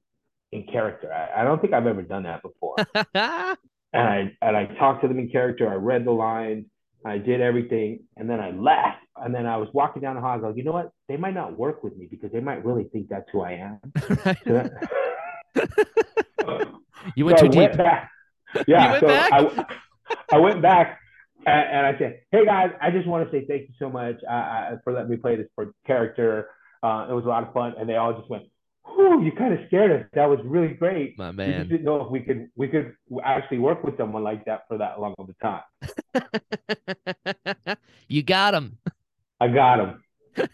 [SPEAKER 3] in character. I, I don't think I've ever done that before. and I and I talked to them in character. I read the lines. I did everything, and then I left. And then I was walking down the hall. I go, you know what? They might not work with me because they might really think that's who I am.
[SPEAKER 1] Right?
[SPEAKER 3] So that-
[SPEAKER 1] You went
[SPEAKER 3] so
[SPEAKER 1] too
[SPEAKER 3] I
[SPEAKER 1] deep.
[SPEAKER 3] went back. Yeah.
[SPEAKER 1] You went
[SPEAKER 3] so
[SPEAKER 1] back?
[SPEAKER 3] I, I went back and, and I said, hey guys, I just want to say thank you so much uh, uh, for letting me play this for character. Uh, it was a lot of fun, and they all just went, "Whew, you kind of scared us. That was really great."
[SPEAKER 1] My
[SPEAKER 3] We just
[SPEAKER 1] man.
[SPEAKER 3] didn't know if we could we could actually work with someone like that for that long of a time.
[SPEAKER 1] you got him.
[SPEAKER 3] I got him.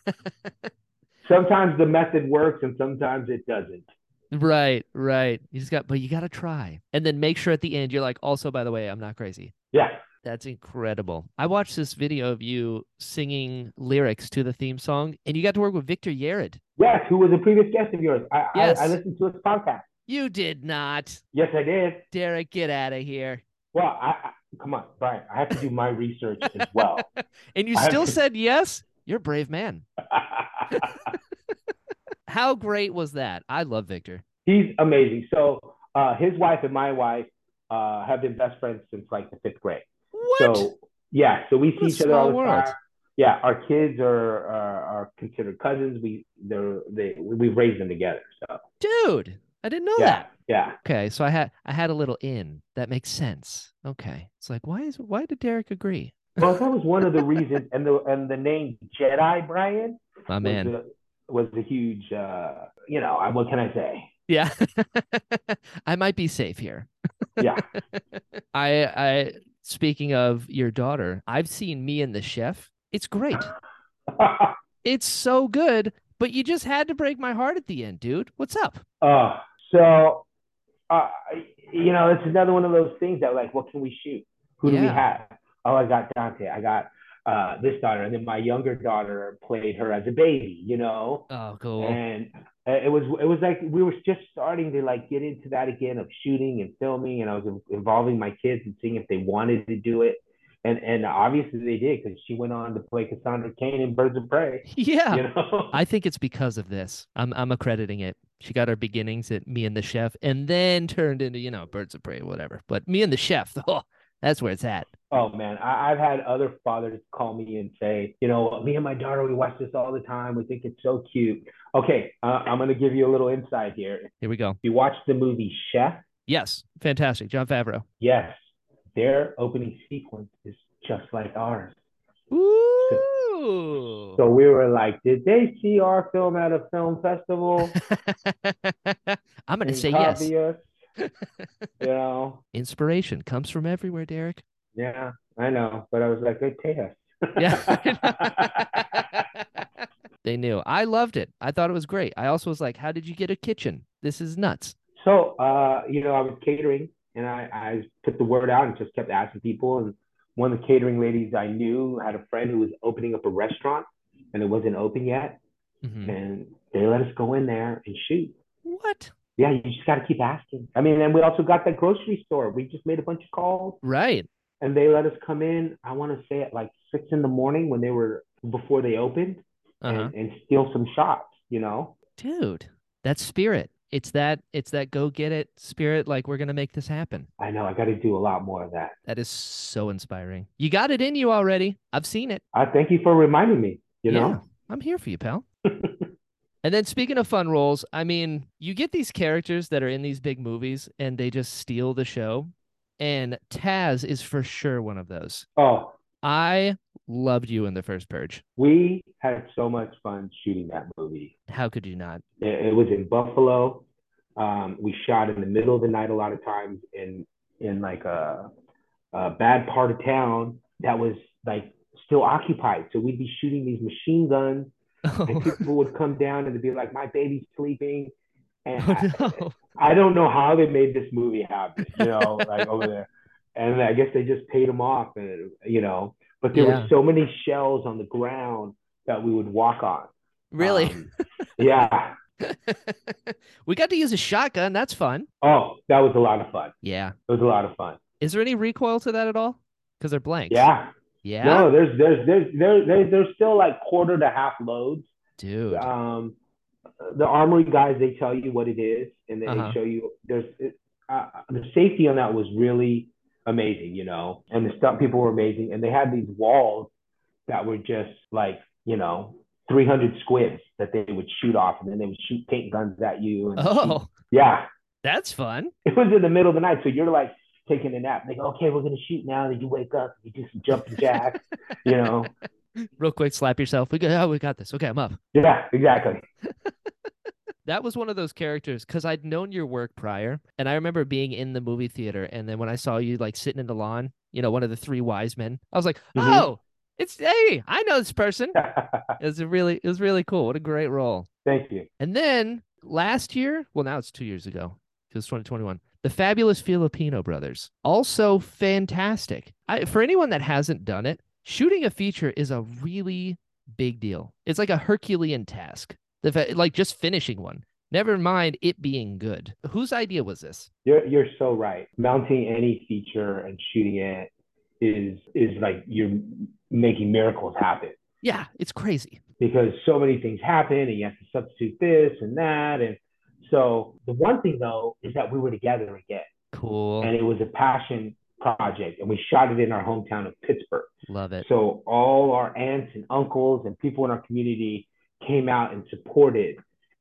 [SPEAKER 3] sometimes the method works and sometimes it doesn't.
[SPEAKER 1] Right, right. You just got but you gotta try. And then make sure at the end you're like, also by the way, I'm not crazy.
[SPEAKER 3] Yeah.
[SPEAKER 1] That's incredible. I watched this video of you singing lyrics to the theme song, and you got to work with Victor Yared.
[SPEAKER 3] Yes. Who was a previous guest of yours? I,
[SPEAKER 1] Yes.
[SPEAKER 3] I, I listened to his podcast.
[SPEAKER 1] You did not.
[SPEAKER 3] Yes, I did.
[SPEAKER 1] Derek, get out of here.
[SPEAKER 3] Well, I, I come on, Brian. I have to do my research as well.
[SPEAKER 1] And you
[SPEAKER 3] I have
[SPEAKER 1] still
[SPEAKER 3] to-
[SPEAKER 1] said yes? You're a brave man. How great was that? I love Victor.
[SPEAKER 3] He's amazing. So uh, his wife and my wife uh, have been best friends since like the fifth grade.
[SPEAKER 1] What?
[SPEAKER 3] So yeah, so we
[SPEAKER 1] What a
[SPEAKER 3] see each other all
[SPEAKER 1] small
[SPEAKER 3] the
[SPEAKER 1] world.
[SPEAKER 3] time. Yeah, our kids are are, are considered cousins. We they're they we've raised them together. So
[SPEAKER 1] Dude, I didn't know
[SPEAKER 3] yeah,
[SPEAKER 1] that.
[SPEAKER 3] yeah.
[SPEAKER 1] Okay, so I had I had a little in. That makes sense. Okay. It's like why is why did Derek agree?
[SPEAKER 3] Well, that was one of the reasons, and the and the name Jedi Brian
[SPEAKER 1] My
[SPEAKER 3] was
[SPEAKER 1] man.
[SPEAKER 3] a, was a huge. Uh, you know, I- what can I say?
[SPEAKER 1] Yeah. I might be safe here.
[SPEAKER 3] Yeah.
[SPEAKER 1] I I speaking of your daughter, I've seen Me and the Chef. It's great. It's so good, but you just had to break my heart at the end, dude. What's up?
[SPEAKER 3] uh, so, uh, you know, it's another one of those things that like, what can we shoot? Who do we
[SPEAKER 1] Yeah.
[SPEAKER 3] have? Oh, I got Dante. I got uh, this daughter, and then my younger daughter played her as a baby. You know,
[SPEAKER 1] Oh, cool.
[SPEAKER 3] and uh, it was it was like we were just starting to like get into that again of shooting and filming, and I was in- involving my kids and seeing if they wanted to do it, and and obviously they did because she went on to play Cassandra Cain in Birds of Prey.
[SPEAKER 1] yeah.
[SPEAKER 3] You know,
[SPEAKER 1] Oh, I think it's because of this. I'm I'm accrediting it. She got her beginnings at Me and the Chef, and then turned into you know Birds of Prey, whatever. But Me and the Chef, oh, that's where it's at.
[SPEAKER 3] Oh man, I, I've had other fathers call me and say, you know, me and my daughter, we watch this all the time. We think it's so cute. Okay, uh, I'm gonna give you a little insight here. If
[SPEAKER 1] Here we go.
[SPEAKER 3] you watch the movie Chef,
[SPEAKER 1] Yes, fantastic, John Favreau.
[SPEAKER 3] yes, their opening sequence is just like ours.
[SPEAKER 1] Ooh.
[SPEAKER 3] So we were like, did they see our film at a film festival?
[SPEAKER 1] I'm gonna
[SPEAKER 3] and
[SPEAKER 1] say yes.
[SPEAKER 3] copy us? you know,
[SPEAKER 1] Inspiration comes from everywhere, Derek.
[SPEAKER 3] yeah, I know, but I was like, they pay us.
[SPEAKER 1] Yeah. they knew. I loved it. I thought it was great. I also was like, how did you get a kitchen? This is nuts.
[SPEAKER 3] So, uh, you know, I was catering and I, I put the word out and just kept asking people. And one of the catering ladies I knew had a friend who was opening up a restaurant and it wasn't open yet.
[SPEAKER 1] Mhm.
[SPEAKER 3] And they let us go in there and shoot.
[SPEAKER 1] What?
[SPEAKER 3] Yeah, you just got to keep asking. I mean, and we also got that grocery store. We just made a bunch of calls
[SPEAKER 1] Right.
[SPEAKER 3] and they let us come in, I want to say at like six in the morning when they were before they opened
[SPEAKER 1] Uh-huh.
[SPEAKER 3] and, and steal some shots, you know?
[SPEAKER 1] Dude, that's spirit. It's that it's that go get it spirit like we're going to make this happen.
[SPEAKER 3] I know I got to do a lot more of that.
[SPEAKER 1] That is so inspiring. You got it in you already. I've seen it.
[SPEAKER 3] I thank you for reminding me, you
[SPEAKER 1] Yeah.
[SPEAKER 3] know?
[SPEAKER 1] I'm here for you, pal. and then speaking of fun roles, I mean, you get these characters that are in these big movies and they just steal the show. And Taz is for sure one of those.
[SPEAKER 3] Oh,
[SPEAKER 1] I loved you in the first purge.
[SPEAKER 3] we had so much fun shooting that movie.
[SPEAKER 1] How could you not?
[SPEAKER 3] It, it was in Buffalo. Um, we shot in the middle of the night a lot of times in in like a, a bad part of town that was like still occupied. So we'd be shooting these machine guns,
[SPEAKER 1] Oh.
[SPEAKER 3] and people would come down and they'd be like, "My baby's sleeping," and
[SPEAKER 1] Oh,
[SPEAKER 3] I,
[SPEAKER 1] no.
[SPEAKER 3] I don't know how they made this movie happen, you know, like over there. And I guess they just paid them off, and you know, but there
[SPEAKER 1] Yeah.
[SPEAKER 3] were so many shells on the ground that we would walk on.
[SPEAKER 1] Really?
[SPEAKER 3] Um, yeah. Um,
[SPEAKER 1] we got to use a shotgun. That's fun.
[SPEAKER 3] Oh, that was a lot of fun.
[SPEAKER 1] Yeah.
[SPEAKER 3] It was a lot of fun.
[SPEAKER 1] Is there any recoil to that at all? Because they're blanks.
[SPEAKER 3] Yeah.
[SPEAKER 1] Yeah.
[SPEAKER 3] No, there's there's there's there, there there's still like quarter to half loads.
[SPEAKER 1] Dude.
[SPEAKER 3] Um, the armory guys they tell you what it is, and then
[SPEAKER 1] Uh-huh.
[SPEAKER 3] they show you there's it, uh, the safety on that was really amazing, you know, and the stunt people were amazing, and they had these walls that were just like you know. 300 squibs that they would shoot off and then they would shoot paint guns at you and
[SPEAKER 1] Oh,
[SPEAKER 3] yeah
[SPEAKER 1] that's fun.
[SPEAKER 3] it was in the middle of the night. So you're like taking a nap. They go, okay, we're gonna shoot now. Then you wake up, you do some jumping jacks, you know.
[SPEAKER 1] Real quick, slap yourself. We go, oh, we got this. Okay, I'm up.
[SPEAKER 3] Yeah, exactly.
[SPEAKER 1] That was one of those characters because I'd known your work prior. And I remember being in the movie theater. And then when I saw you like sitting in the lawn, you know, one of the three wise men, I was like,
[SPEAKER 3] Mhm.
[SPEAKER 1] oh, it's, hey, I know this person. It was a really, it was really cool. What a great role.
[SPEAKER 3] Thank you.
[SPEAKER 1] And then last year, well, now it's two years ago because 2021, the fabulous Filipino brothers, also fantastic. I, for anyone that hasn't done it, shooting a feature is a really big deal. It's like a Herculean task. The fa- like just finishing one. Never mind it being good. Whose idea was this?
[SPEAKER 3] You're you're so right. Mounting any feature and shooting it is is like you're making miracles happen
[SPEAKER 1] Yeah, it's crazy.
[SPEAKER 3] because so many things happen and you have to substitute this and that and so the one thing though is that we were together again
[SPEAKER 1] Cool.
[SPEAKER 3] and it was a passion project and we shot it in our hometown of Pittsburgh.
[SPEAKER 1] Love it.
[SPEAKER 3] So all our aunts and uncles and people in our community came out and supported,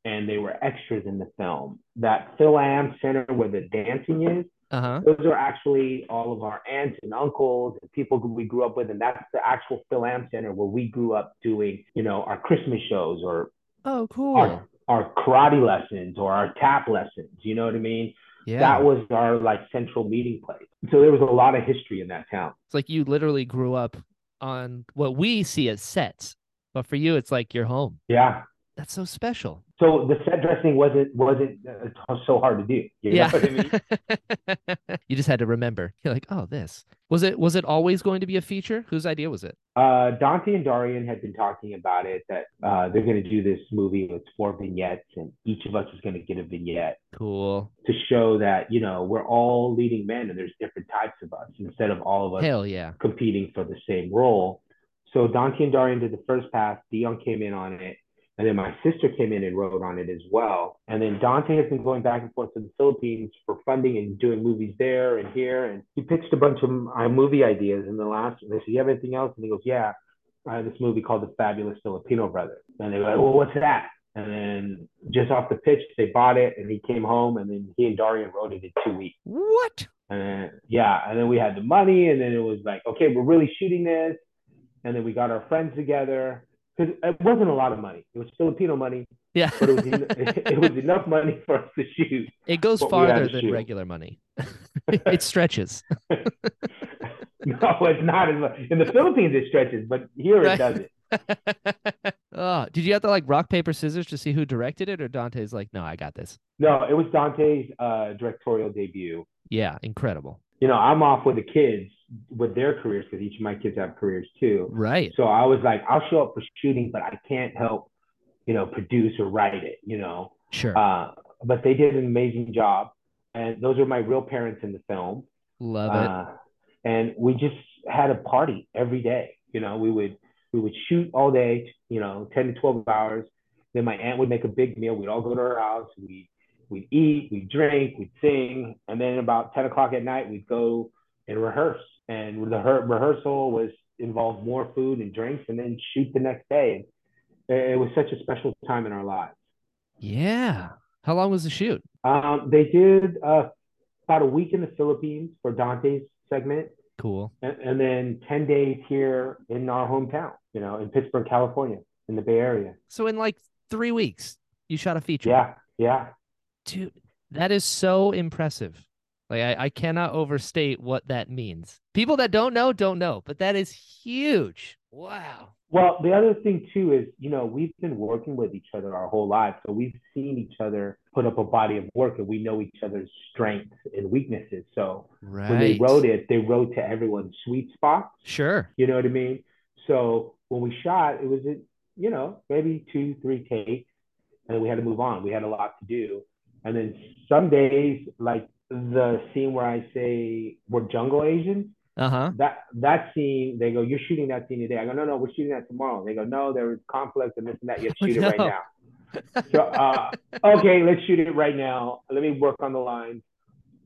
[SPEAKER 3] and they were extras in the film. That Phil Am Center where the dancing is,
[SPEAKER 1] Uh huh.
[SPEAKER 3] those are actually all of our aunts and uncles and people who we grew up with, and that's the actual Phil Am Center where we grew up doing, you know, our Christmas shows or
[SPEAKER 1] Oh, cool.
[SPEAKER 3] our, our karate lessons or our tap lessons. You know what I mean?
[SPEAKER 1] Yeah.
[SPEAKER 3] That was our like central meeting place. So there was a lot of history in that town.
[SPEAKER 1] It's like you literally grew up on what we see as sets, but for you, it's like you're home.
[SPEAKER 3] Yeah.
[SPEAKER 1] That's so special.
[SPEAKER 3] So the set dressing wasn't wasn't uh, so hard to do. You know
[SPEAKER 1] yeah.
[SPEAKER 3] what I mean?
[SPEAKER 1] you just had to remember. You're like, oh, this was it. Was it always going to be a feature? Whose idea was it?
[SPEAKER 3] Uh, Dante and Darian had been talking about it that uh, they're going to do this movie with four vignettes, and each of us is going to get a vignette
[SPEAKER 1] Cool.
[SPEAKER 3] to show that you know we're all leading men, and there's different types of us instead of all of us
[SPEAKER 1] Hell yeah.
[SPEAKER 3] competing for the same role. So Dante and Darian did the first pass. Dion came in on it. And then my sister came in and wrote on it as well. And then Dante has been going back and forth to the Philippines for funding and doing movies there and here. And he pitched a bunch of uh, movie ideas. And the last, they said, You have anything else? And he goes, Yeah, I have this movie called The Fabulous Filipino Brothers. And they were like, Well, what's that? And then just off the pitch, they bought it. And he came home. And then he and Darian wrote it in two weeks.
[SPEAKER 1] What?
[SPEAKER 3] And then, yeah, and then we had the money, and then it was like, okay, we're really shooting this. And then we got our friends together because it wasn't a lot of money. It was Filipino money,
[SPEAKER 1] Yeah.
[SPEAKER 3] but it was, en- it was enough money for us to shoot.
[SPEAKER 1] It goes
[SPEAKER 3] what we had
[SPEAKER 1] farther
[SPEAKER 3] to
[SPEAKER 1] than
[SPEAKER 3] shoot.
[SPEAKER 1] regular money. it stretches.
[SPEAKER 3] No, it's not as much. In the Philippines, it stretches, but here
[SPEAKER 1] Right.
[SPEAKER 3] it doesn't.
[SPEAKER 1] oh, did you have to like rock paper scissors to see who directed it, or Dante's like, no, I got this.
[SPEAKER 3] No, it was Dante's uh, directorial debut.
[SPEAKER 1] Yeah, incredible.
[SPEAKER 3] You know, I'm off with the kids with their careers because each of my kids have careers too.
[SPEAKER 1] Right.
[SPEAKER 3] So I was like, I'll show up for shooting, but I can't help, you know, produce or write it, you know.
[SPEAKER 1] Sure.
[SPEAKER 3] Uh, but they did an amazing job. And those are my real parents in the film.
[SPEAKER 1] Love it.
[SPEAKER 3] Uh, and we just had a party every day. You know, we would we would shoot all day, you know, 10 to 12 hours. Then my aunt would make a big meal. We'd all go to her house. We we'd eat, we'd drink, we'd sing, and then about 10 o'clock at night we'd go and rehearse. And the her- rehearsal was involved more food and drinks, and then shoot the next day. It it was such a special time in our lives.
[SPEAKER 1] Yeah. How long was the shoot?
[SPEAKER 3] Um, they did uh, about a week in the Philippines for Dante's segment,
[SPEAKER 1] Cool.
[SPEAKER 3] and, and then 10 days here in our hometown, you know, in Pittsburgh, California, in the Bay Area.
[SPEAKER 1] So in like three weeks, you shot a feature.
[SPEAKER 3] Yeah, yeah.
[SPEAKER 1] Dude, that is so impressive. Like I, I cannot overstate what that means. People that don't know don't know, but that is huge. Wow.
[SPEAKER 3] Well, the other thing too is, you know, we've been working with each other our whole lives. So we've seen each other put up a body of work and we know each other's strengths and weaknesses. So
[SPEAKER 1] Right.
[SPEAKER 3] when they wrote it, they wrote to everyone's sweet spot.
[SPEAKER 1] Sure.
[SPEAKER 3] You know what I mean? So when we shot, it was, in, you know, maybe two, three takes, and then we had to move on. We had a lot to do. And then some days, like the scene where I say we're jungle Asians,
[SPEAKER 1] Uh-huh.
[SPEAKER 3] that that scene, they go, you're shooting that scene today. I go, no, no, we're shooting that tomorrow. They go, no, there was conflict and this and that. You have to
[SPEAKER 1] Oh,
[SPEAKER 3] shoot it right
[SPEAKER 1] no.
[SPEAKER 3] now. So, uh, okay, let's shoot it right now. Let me work on the line.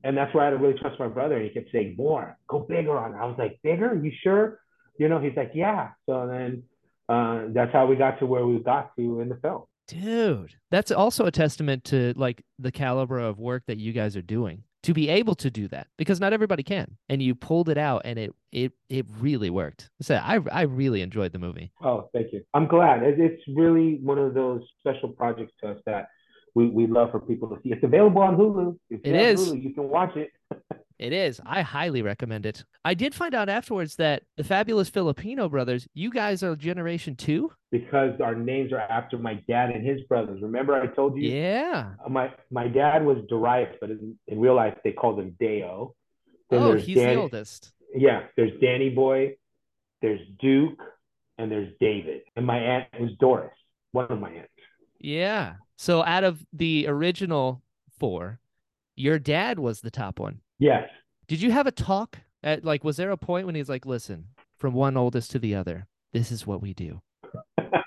[SPEAKER 3] And that's where I had to really trust my brother. He kept saying, more, go bigger on it. I was like, bigger? You sure? You know, he's like, yeah. So then uh, that's how we got to where we got to in the film.
[SPEAKER 1] Dude, that's also a testament to like the caliber of work that you guys are doing to be able to do that because not everybody can. And you pulled it out and it it it really worked. So I I really enjoyed the movie.
[SPEAKER 3] Oh, thank you. I'm glad. It, it's really one of those special projects to us that we, we love for people to see. It's available on Hulu. If you
[SPEAKER 1] It
[SPEAKER 3] have
[SPEAKER 1] is.
[SPEAKER 3] Hulu, you can watch it.
[SPEAKER 1] It is. I highly recommend it. I did find out afterwards that the fabulous Filipino brothers, you guys are generation 2?
[SPEAKER 3] because our names are after my dad and his brothers. Remember, I told you uh,
[SPEAKER 1] Yeah.
[SPEAKER 3] my my dad was Darius, but in, in real life they called him Deo.
[SPEAKER 1] Oh, he's
[SPEAKER 3] Danny-
[SPEAKER 1] the oldest.
[SPEAKER 3] Yeah, there's Danny Boy, there's Duke, and there's David. And my aunt was Doris, one of my aunts.
[SPEAKER 1] Yeah. So out of the original 4, your dad was the top one.
[SPEAKER 3] Yes,
[SPEAKER 1] Did you have a talk at like was there a point when he's like, listen, from one oldest to the other, this is what we do?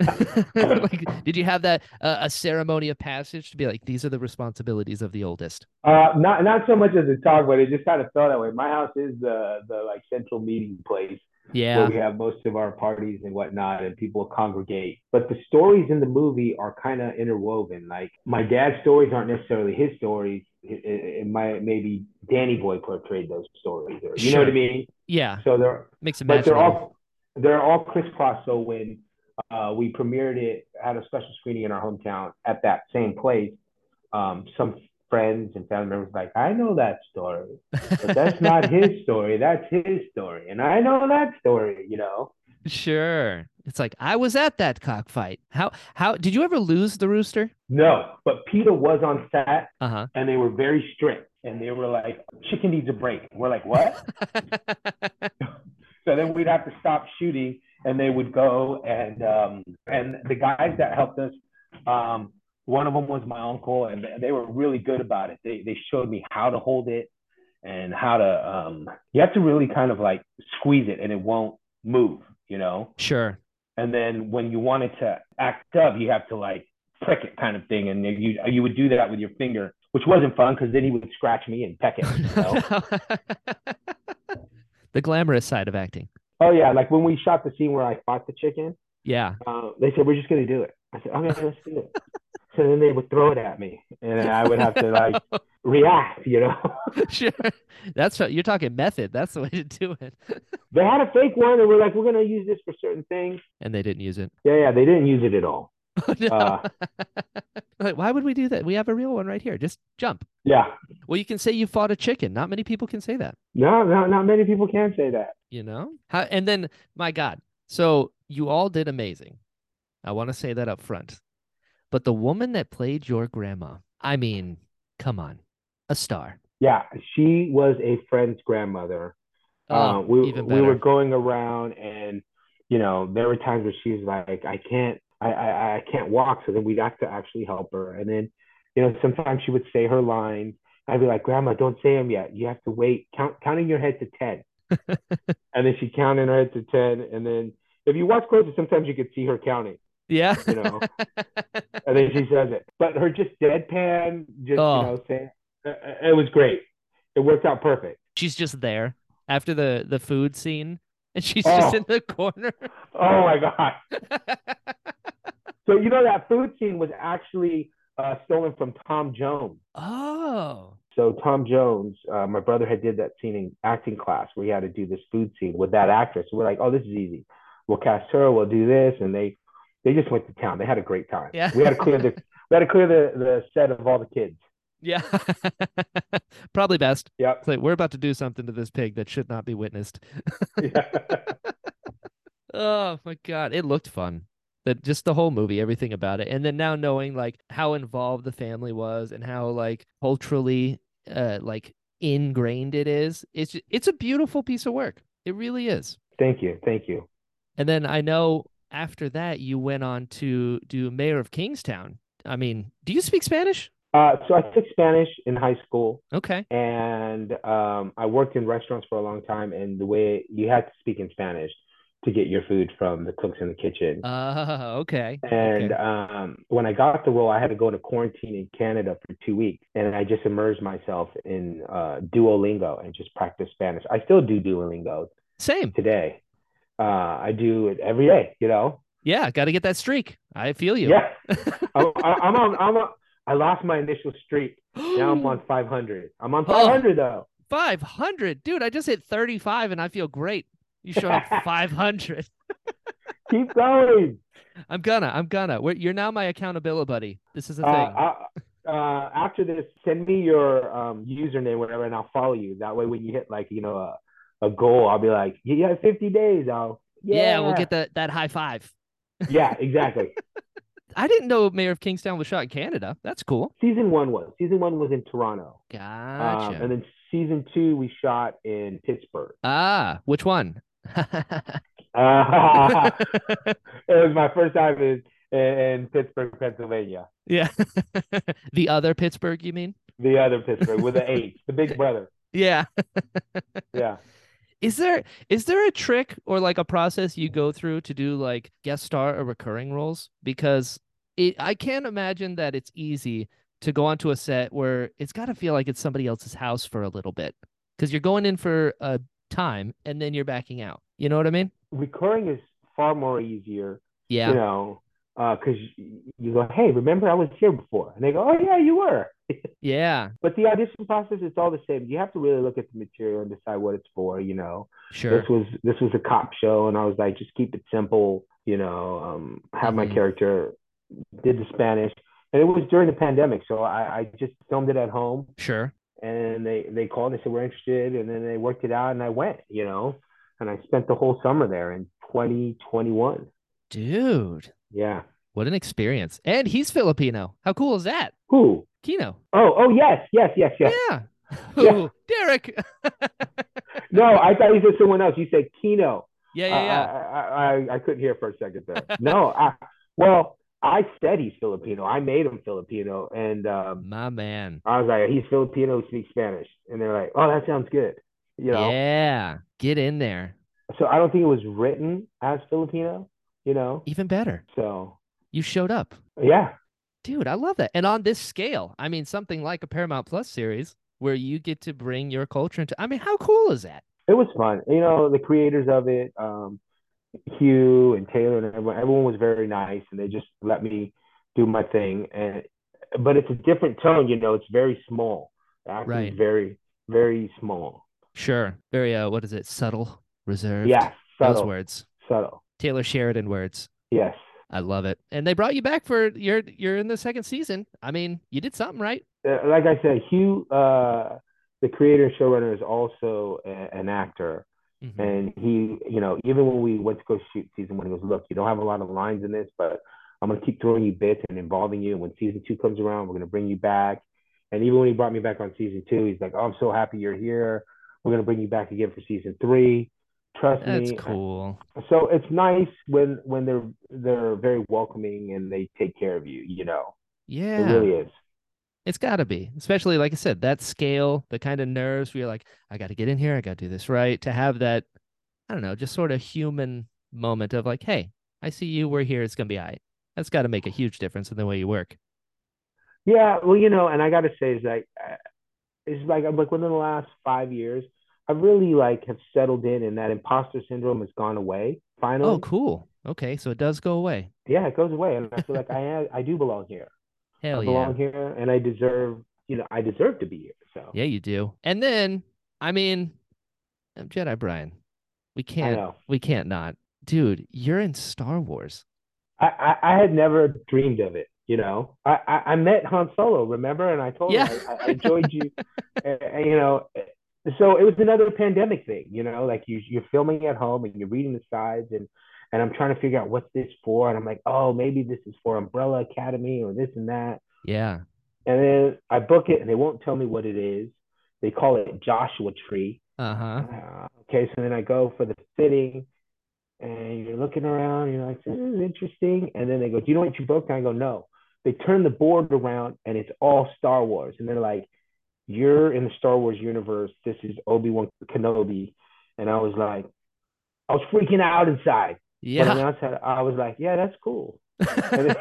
[SPEAKER 1] like, did you have that uh, a ceremony of passage to be like, these are the responsibilities of the oldest?
[SPEAKER 3] uh, not not so much as a talk, but it just kind of felt that way. My house is the the like central meeting place. where
[SPEAKER 1] Yeah.
[SPEAKER 3] we have most of our parties and whatnot, and people congregate. But the stories in the movie are kind of interwoven. Like my dad's stories aren't necessarily his stories. It, it, it might maybe Danny Boy portrayed those stories, or, you know what I
[SPEAKER 1] Sure.
[SPEAKER 3] mean.
[SPEAKER 1] Yeah.
[SPEAKER 3] So they're
[SPEAKER 1] Mix and
[SPEAKER 3] but
[SPEAKER 1] match.
[SPEAKER 3] they're
[SPEAKER 1] a little.
[SPEAKER 3] all they're all crisscrossed. So when uh, we premiered it, had a special screening in our hometown at that same place. Um, some friends and family members were like, I know that story, but that's not his story. That's his story, and I know that story. You know.
[SPEAKER 1] Sure. It's like I was at that cockfight. How how did you ever lose the rooster?
[SPEAKER 3] No, but PETA was on set
[SPEAKER 1] Uh-huh.
[SPEAKER 3] and they were very strict and they were like, chicken needs a break. We're like, what? so then we'd have to stop shooting and they would go and um, and the guys that helped us, um, one of them was my uncle and they- they were really good about it. They, they showed me how to hold it and how to, um, you have to really kind of like squeeze it and it won't move, you know?
[SPEAKER 1] sure.
[SPEAKER 3] and then when you wanted to act up, you have to like prick it kind of thing, and you you would do that with your finger, which wasn't fun because then he would scratch me and peck it. you know?
[SPEAKER 1] the glamorous side of acting.
[SPEAKER 3] oh yeah, like when we shot the scene where I fought the chicken,
[SPEAKER 1] Yeah.
[SPEAKER 3] uh, they said we're just gonna do it. I said okay, let's do it. So then they would throw it at me, and I would have to like react. You know,
[SPEAKER 1] sure. That's what you're talking method. That's the way to do it.
[SPEAKER 3] they had a fake one, and we're like, we're gonna use this for certain things.
[SPEAKER 1] And they didn't use it.
[SPEAKER 3] Yeah, yeah, they didn't use it at all.
[SPEAKER 1] Oh, no.
[SPEAKER 3] Uh.
[SPEAKER 1] like, why would we do that? We have a real one right here. Just jump.
[SPEAKER 3] Yeah,
[SPEAKER 1] Well, you can say you fought a chicken. Not many people can say that.
[SPEAKER 3] no, no, not many people can say that.
[SPEAKER 1] you know how and then my god so you all did amazing i want to say that up front but the woman that played your grandma i mean come on a star
[SPEAKER 3] Yeah, she was a friend's grandmother.
[SPEAKER 1] oh,
[SPEAKER 3] uh, we
[SPEAKER 1] even
[SPEAKER 3] we
[SPEAKER 1] better
[SPEAKER 3] were going around and you know there were times where she was like i can't I, I i can't walk so then we'd have to actually help her and then you know sometimes she would say her line i'd be like grandma don't say them yet you have to wait count counting your head to 10 and then she'd count in her head to 10 and then if you watch closely sometimes you could see her counting
[SPEAKER 1] yeah
[SPEAKER 3] you know and then she says it but her just deadpan just
[SPEAKER 1] Oh.
[SPEAKER 3] you know saying uh, it was great it worked out perfect
[SPEAKER 1] she's just there after the the food scene and she's just
[SPEAKER 3] Oh.
[SPEAKER 1] in the corner
[SPEAKER 3] oh my god So you know that food scene was actually uh, stolen from Tom Jones.
[SPEAKER 1] oh
[SPEAKER 3] So Tom Jones, uh, my brother had did that scene in acting class where he had to do this food scene with that actress. We're like, oh, this is easy. We'll cast her. We'll do this, and they they just went to town. They had a great time.
[SPEAKER 1] Yeah.
[SPEAKER 3] We had to clear the we had to clear the, the set of all the kids.
[SPEAKER 1] yeah probably best
[SPEAKER 3] Yep.
[SPEAKER 1] it's like we're about to do something to this pig that should not be witnessed Oh my God. It looked fun. That just the whole movie, everything about it. And then now knowing like how involved the family was and how like culturally uh like ingrained it is. It's ju- it's a beautiful piece of work. It really is.
[SPEAKER 3] thank you, thank you.
[SPEAKER 1] And then I know after that you went on to do Mayor of Kingstown. I mean, do you speak Spanish?
[SPEAKER 3] Uh, so I took Spanish in high school,
[SPEAKER 1] Okay.
[SPEAKER 3] and um, I worked in restaurants for a long time. And the way you had to speak in Spanish to get your food from the cooks in the kitchen.
[SPEAKER 1] Uh okay.
[SPEAKER 3] And
[SPEAKER 1] okay.
[SPEAKER 3] um, when I got the role, I had to go to quarantine in Canada for two weeks, and I just immersed myself in uh, Duolingo and just practiced Spanish. I still do Duolingo
[SPEAKER 1] Same.
[SPEAKER 3] today. Uh, I do it every day. You know.
[SPEAKER 1] Yeah, gotta get that streak. I feel you.
[SPEAKER 3] Yeah. I'm, I'm on. I'm on. I lost my initial streak. Now I'm on 500. I'm on
[SPEAKER 1] Oh.
[SPEAKER 3] 500 though.
[SPEAKER 1] 500 dude i just hit 35 and i feel great you showed up 500
[SPEAKER 3] Keep going.
[SPEAKER 1] i'm gonna i'm gonna We're, you're now my accountability buddy this is the
[SPEAKER 3] Uh, I, uh, after this, send me your um, username, whatever, and I'll follow you. That way, when you hit like you know a, a goal, I'll be like, you got 50 days. I'll
[SPEAKER 1] thing yeah, we'll get that that high five
[SPEAKER 3] yeah, exactly.
[SPEAKER 1] i didn't know mayor of kingstown was shot in canada that's cool
[SPEAKER 3] season one was season one was in Toronto, Um,
[SPEAKER 1] gotcha
[SPEAKER 3] and then season two we shot in Pittsburgh.
[SPEAKER 1] ah which one
[SPEAKER 3] Uh, it was my first time in, in Pittsburgh, Pennsylvania.
[SPEAKER 1] yeah the other pittsburgh you mean
[SPEAKER 3] The other Pittsburgh with the H, the Big Brother.
[SPEAKER 1] yeah
[SPEAKER 3] Yeah.
[SPEAKER 1] is there is there a trick or like a process you go through to do like guest star or recurring roles because it, i can't imagine that it's easy to go onto a set where it's got to feel like it's somebody else's house for a little bit because you're going in for a time and then you're backing out you know what i mean
[SPEAKER 3] Recurring is far more easier,
[SPEAKER 1] yeah
[SPEAKER 3] you know, because you go, hey, remember I was here before, and they go, oh yeah, you were.
[SPEAKER 1] yeah
[SPEAKER 3] But the audition process, it's all the same. You have to really look at the material and decide what it's for, you know.
[SPEAKER 1] sure
[SPEAKER 3] this was this was a cop show and i was like just keep it simple you know um have my
[SPEAKER 1] Mhm.
[SPEAKER 3] character did the spanish and it was during the pandemic so i i just filmed it at home
[SPEAKER 1] sure
[SPEAKER 3] and they they called and said we're interested and then they worked it out and i went you know and i spent the whole summer there and 2021.
[SPEAKER 1] Dude,
[SPEAKER 3] Yeah.
[SPEAKER 1] what an experience. And he's Filipino. How cool is that?
[SPEAKER 3] Who?
[SPEAKER 1] Kino.
[SPEAKER 3] Oh, oh yes, yes, yes, yes.
[SPEAKER 1] Yeah.
[SPEAKER 3] Yeah.
[SPEAKER 1] Ooh, Derek.
[SPEAKER 3] No, I thought you said someone else. You said Kino.
[SPEAKER 1] Yeah, yeah, yeah.
[SPEAKER 3] I, I, I, I couldn't hear for a second there. no, I, well, I said he's Filipino. I made him Filipino, and um,
[SPEAKER 1] My man.
[SPEAKER 3] I was like, he's Filipino, who speaks Spanish, and they're like, oh, that sounds good. You know,
[SPEAKER 1] Yeah. Get in there.
[SPEAKER 3] so I don't think it was written as Filipino. You know,
[SPEAKER 1] Even better.
[SPEAKER 3] so
[SPEAKER 1] You showed up.
[SPEAKER 3] yeah,
[SPEAKER 1] Dude, I love that. And on this scale, I mean, something like a Paramount Plus series where you get to bring your culture into. I mean, how cool is that?
[SPEAKER 3] it was fun. You know, the creators of it, um, Hugh and Taylor and everyone, everyone was very nice, and they just let me do my thing. And but it's a different tone. You know, it's very small. The acting's
[SPEAKER 1] Right.
[SPEAKER 3] Very, very small.
[SPEAKER 1] Sure. Very, uh, what is it? Subtle, reserved.
[SPEAKER 3] Yeah,
[SPEAKER 1] Those
[SPEAKER 3] subtle.
[SPEAKER 1] words.
[SPEAKER 3] Subtle.
[SPEAKER 1] Taylor Sheridan words.
[SPEAKER 3] Yes.
[SPEAKER 1] I love it. And they brought you back for you're you're in the second season. I mean, you did something right.
[SPEAKER 3] Uh, Like I said, Hugh, uh, the creator and showrunner, is also a- an actor.
[SPEAKER 1] Mhm.
[SPEAKER 3] And he, you know, even when we went to go shoot season one, he goes, Look, you don't have a lot of lines in this, but I'm going to keep throwing you bits and involving you. And when season two comes around, we're going to bring you back. And even when he brought me back on season two, he's like, Oh, I'm so happy you're here. We're going to bring you back again for season three. Trust
[SPEAKER 1] That's
[SPEAKER 3] me.
[SPEAKER 1] cool.
[SPEAKER 3] So it's nice when when they're they're very welcoming and they take care of you, you know.
[SPEAKER 1] Yeah.
[SPEAKER 3] It really is.
[SPEAKER 1] It's got to be, especially like I said, that scale, the kind of nerves where you're like, I got to get in here, I got to do this right. To have that, I don't know, just sort of human moment of like, hey, I see you, we're here, it's gonna be all right. That's got to make a huge difference in the way you work.
[SPEAKER 3] Yeah, well, you know, and I gotta say, is like, uh, it's like I'm like within the last five years, I really like have settled in, and that imposter syndrome has gone away finally.
[SPEAKER 1] Oh, cool. Okay, so it does go away.
[SPEAKER 3] Yeah, it goes away, and I feel like I am, I do belong here.
[SPEAKER 1] Hell
[SPEAKER 3] I
[SPEAKER 1] yeah,
[SPEAKER 3] belong here, and I deserve, you know, I deserve to be here. So
[SPEAKER 1] yeah, you do. And then, I mean, i Jedi Brian. We
[SPEAKER 3] I
[SPEAKER 1] can't,
[SPEAKER 3] know.
[SPEAKER 1] we can't not, dude. You're in Star Wars.
[SPEAKER 3] I, I, I had never dreamed of it. You know, I, I, I met Han Solo, remember? And I told
[SPEAKER 1] Yeah.
[SPEAKER 3] him I, I enjoyed you. and, and, you know, so it was another pandemic thing. You know, like you, you're filming at home and you're reading the sides, and and I'm trying to figure out what's this for. And I'm like, oh, maybe this is for Umbrella Academy or this and that.
[SPEAKER 1] Yeah.
[SPEAKER 3] And then I book it, and they won't tell me what it is. They call it Joshua Tree.
[SPEAKER 1] Uh huh.
[SPEAKER 3] Uh, okay, so then I go for the fitting, and you're looking around, you're like, this is interesting. And then they go, Do you know what you booked? And I go, No. They turn the board around, and it's all Star Wars. And they're like, You're in the Star Wars universe. This is Obi Wan Kenobi. And I was like, I was freaking out inside. But on
[SPEAKER 1] Yeah.
[SPEAKER 3] the outside, I was like, Yeah, that's cool. And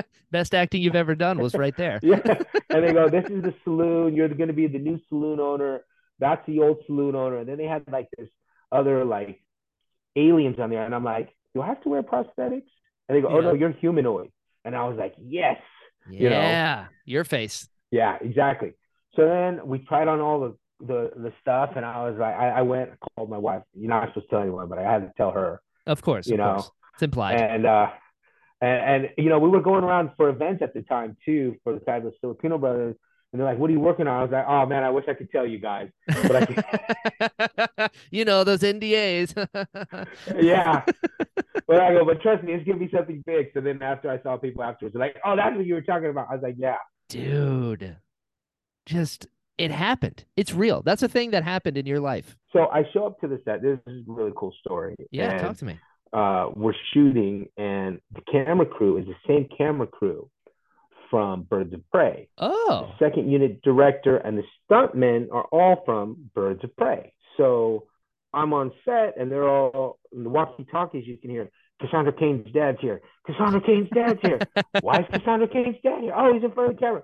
[SPEAKER 1] Best acting you've ever done was right there.
[SPEAKER 3] Yeah. and they go, This is the saloon. You're going to be the new saloon owner. That's the old saloon owner. And then they had like this other like aliens on there. And I'm like, Do I have to wear prosthetics? And they go, Oh,
[SPEAKER 1] Yeah.
[SPEAKER 3] no, you're humanoid. And I was like, Yes. you know?
[SPEAKER 1] Yeah, your face.
[SPEAKER 3] Yeah, exactly. So then we tried on all the, the, the stuff. And I was like, I, I went, I called my wife. You're not supposed to tell anyone, but I had to tell her.
[SPEAKER 1] Of course,
[SPEAKER 3] You
[SPEAKER 1] of
[SPEAKER 3] know,
[SPEAKER 1] course. It's implied.
[SPEAKER 3] and uh, and, and you know we were going around for events at the time too for the fabulous Filipino brothers, and they're like, "What are you working on?" I was like, "Oh man, I wish I could tell you guys, but I can't.
[SPEAKER 1] you know those NDAs.
[SPEAKER 3] yeah." But I go, "But trust me, it's gonna be something big." So then after I saw people afterwards, they're like, "Oh, that's what you were talking about." I was like, "Yeah,
[SPEAKER 1] Dude. Just it happened. It's real. That's a thing that happened in your life.
[SPEAKER 3] So I show up to the set. This is a really cool story.
[SPEAKER 1] Yeah,
[SPEAKER 3] And,
[SPEAKER 1] talk to me.
[SPEAKER 3] uh, we're shooting, and the camera crew is the same camera crew from Birds of Prey.
[SPEAKER 1] Oh.
[SPEAKER 3] The second unit director and the stuntmen are all from Birds of Prey. So I'm on set and they're all in the walkie talkies you can hear Cassandra Kane's dad's here. Cassandra Kane's dad's here. Why is Cassandra Kane's dad here? Oh, he's in front of the camera.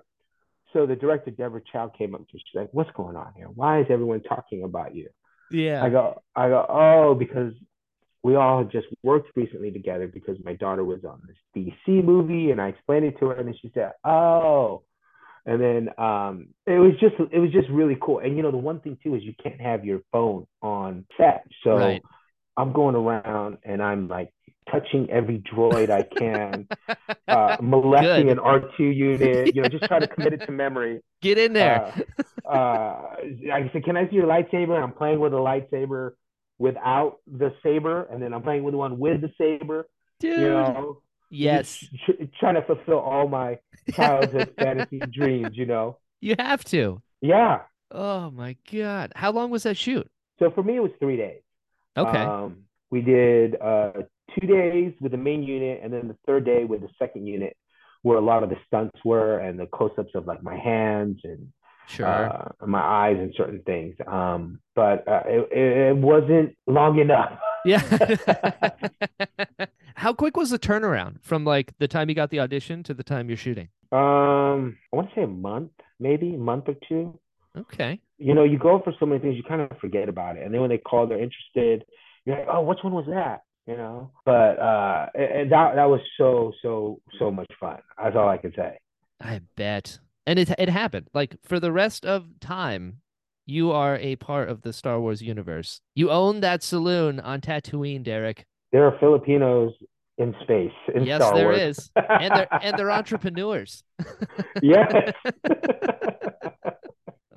[SPEAKER 3] So the director Deborah Chow came up to me. She's like, What's going on here? Why is everyone talking about you?
[SPEAKER 1] Yeah.
[SPEAKER 3] I go, I go, oh, because we all had just worked recently together because my daughter was on this DC movie, and I explained it to her, and then she said, oh, and then um, it was just, it was just really cool. And you know, the one thing too is you can't have your phone on set, so
[SPEAKER 1] Right.
[SPEAKER 3] I'm going around and I'm like touching every droid I can, uh, molesting
[SPEAKER 1] Good.
[SPEAKER 3] an R2 unit, you know, just try to commit it to memory.
[SPEAKER 1] Get in there.
[SPEAKER 3] Uh, uh, I said, "Can I see your lightsaber?" And I'm playing with a lightsaber, without the saber, and then I'm playing with one with the saber.
[SPEAKER 1] Dude.
[SPEAKER 3] You know,
[SPEAKER 1] yes.
[SPEAKER 3] Tr- trying to fulfill all my childhood fantasy dreams. You know,
[SPEAKER 1] You have to.
[SPEAKER 3] yeah.
[SPEAKER 1] Oh my god. How long was that shoot?
[SPEAKER 3] So for me, it was three days.
[SPEAKER 1] Okay.
[SPEAKER 3] Um, we did uh, two days with the main unit, and then the third day with the second unit, where a lot of the stunts were and the close-ups of like my hands and
[SPEAKER 1] sure.
[SPEAKER 3] uh, my eyes and certain things. Um, but uh, it, it wasn't long enough.
[SPEAKER 1] yeah. How quick was the turnaround from like the time you got the audition to the time you're shooting?
[SPEAKER 3] Um, I want to say a month, maybe a month or two.
[SPEAKER 1] Okay.
[SPEAKER 3] You know, you go for so many things, you kind of forget about it. And then when they call, they're interested. You're like, oh, which one was that? You know. But uh, and and that that was so so so much fun. That's all I can say.
[SPEAKER 1] I bet. And it it happened. Like for the rest of time, you are a part of the Star Wars universe. You own that saloon on Tatooine, Derek.
[SPEAKER 3] There are Filipinos in space in
[SPEAKER 1] yes,
[SPEAKER 3] Star
[SPEAKER 1] there
[SPEAKER 3] Wars.
[SPEAKER 1] is. And they're and they're entrepreneurs.
[SPEAKER 3] yes.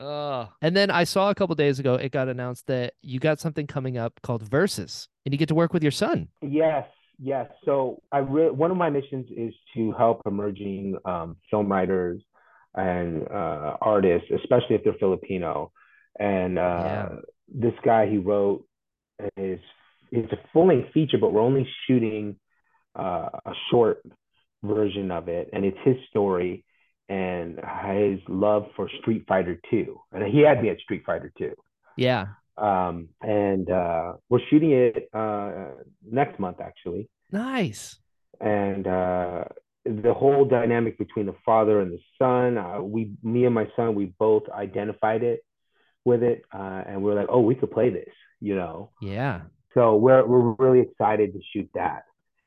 [SPEAKER 1] Oh. And then I saw a couple days ago it got announced that you got something coming up called Versus, and you get to work with your son.
[SPEAKER 3] Yes, yes. So I re- one of my missions is to help emerging um, film writers and uh, artists, especially if they're Filipino. And uh,
[SPEAKER 1] Yeah.
[SPEAKER 3] this guy he wrote is it's a full length feature, but we're only shooting uh, a short version of it, and it's his story and his love for Street Fighter Two. And he had me at Street Fighter Two
[SPEAKER 1] Yeah.
[SPEAKER 3] um, and uh, we're shooting it uh, next month actually.
[SPEAKER 1] Nice.
[SPEAKER 3] And uh, the whole dynamic between the father and the son, uh, we, me and my son, we both identified it with it, uh, and we're like, oh, we could play this, you know.
[SPEAKER 1] Yeah.
[SPEAKER 3] So we're we're really excited to shoot that.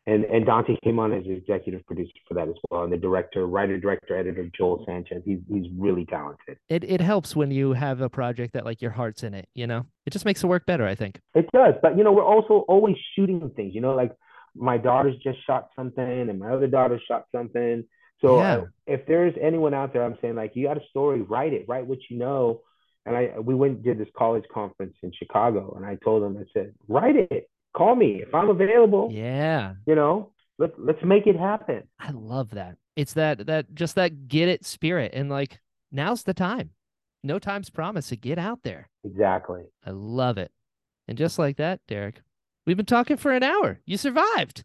[SPEAKER 3] And and Dante came on as executive producer for that as well, and the director, writer, director, editor Joel Sanchez. He's he's really talented.
[SPEAKER 1] It it helps when you have a project that like your heart's in it, you know? It just makes the work better, I think.
[SPEAKER 3] It does, but you know, we're also always shooting things. You know, like my daughter's just shot something, and my other daughter shot something. So
[SPEAKER 1] Yeah.
[SPEAKER 3] uh, if there's anyone out there, I'm saying like, you got a story, write it, write what you know. And I we went and did this college conference in Chicago, and I told them, I said, write it, call me if I'm available.
[SPEAKER 1] Yeah.
[SPEAKER 3] You know, let let's make it happen.
[SPEAKER 1] I love that. It's that that just that get it spirit and like now's the time. No time's promised to get out there.
[SPEAKER 3] Exactly.
[SPEAKER 1] I love it. And just like that, Derek, we've been talking for an hour. You survived.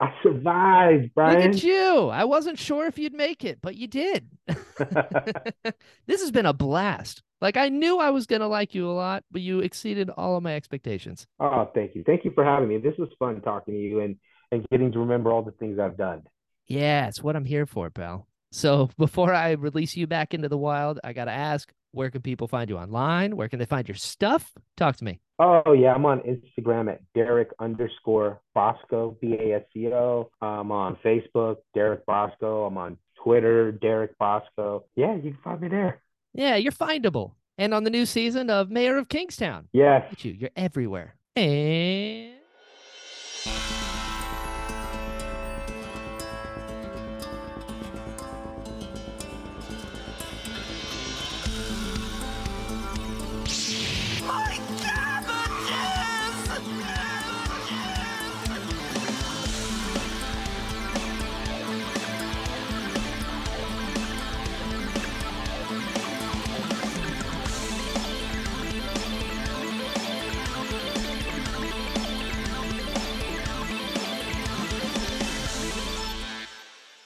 [SPEAKER 3] I survived,
[SPEAKER 1] Look
[SPEAKER 3] Brian.
[SPEAKER 1] at you. I wasn't sure if you'd make it, but you did. this has been a blast. Like I knew I was going to like you a lot, but you exceeded all of my expectations.
[SPEAKER 3] Oh, thank you, thank you for having me. This was fun talking to you and and getting to remember all the things I've done.
[SPEAKER 1] Yeah, it's what I'm here for, pal. So before I release you back into the wild, I got to ask, where can people find you online? Where can they find your stuff? Talk to me.
[SPEAKER 3] Oh yeah, I'm on Instagram at Derek underscore Bosco B A S C O. I'm on Facebook Derek Bosco. I'm on Twitter Derek Bosco. Yeah, you can find me there.
[SPEAKER 1] Yeah, you're findable. And on the new season of Mayor of Kingstown.
[SPEAKER 3] Yes.
[SPEAKER 1] Look at you. You're everywhere. And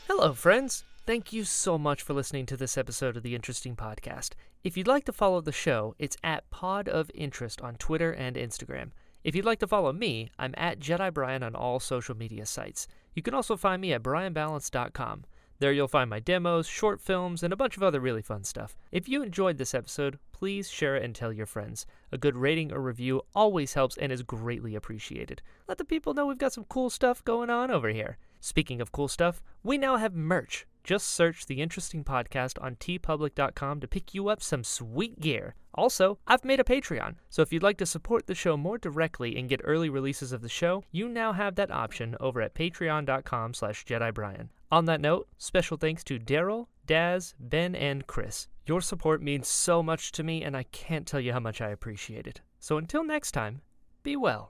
[SPEAKER 2] Hello, friends! Thank you so much for listening to this episode of the Interesting Podcast. If you'd like to follow the show, it's at Pod of Interest on Twitter and Instagram. If you'd like to follow me, I'm at Jedi Brian on all social media sites. You can also find me at brianbalance.com. There you'll find my demos, short films, and a bunch of other really fun stuff. If you enjoyed this episode, please share it and tell your friends. A good rating or review always helps and is greatly appreciated. Let the people know we've got some cool stuff going on over here. Speaking of cool stuff, we now have merch. Just search the interesting podcast on tpublic.com to pick you up some sweet gear. Also, I've made a Patreon, so if you'd like to support the show more directly and get early releases of the show, you now have that option over at patreon.com slash jedibrian. On that note, special thanks to Daryl, Daz, Ben, and Chris. Your support means so much to me, and I can't tell you how much I appreciate it. So until next time,
[SPEAKER 1] Be well.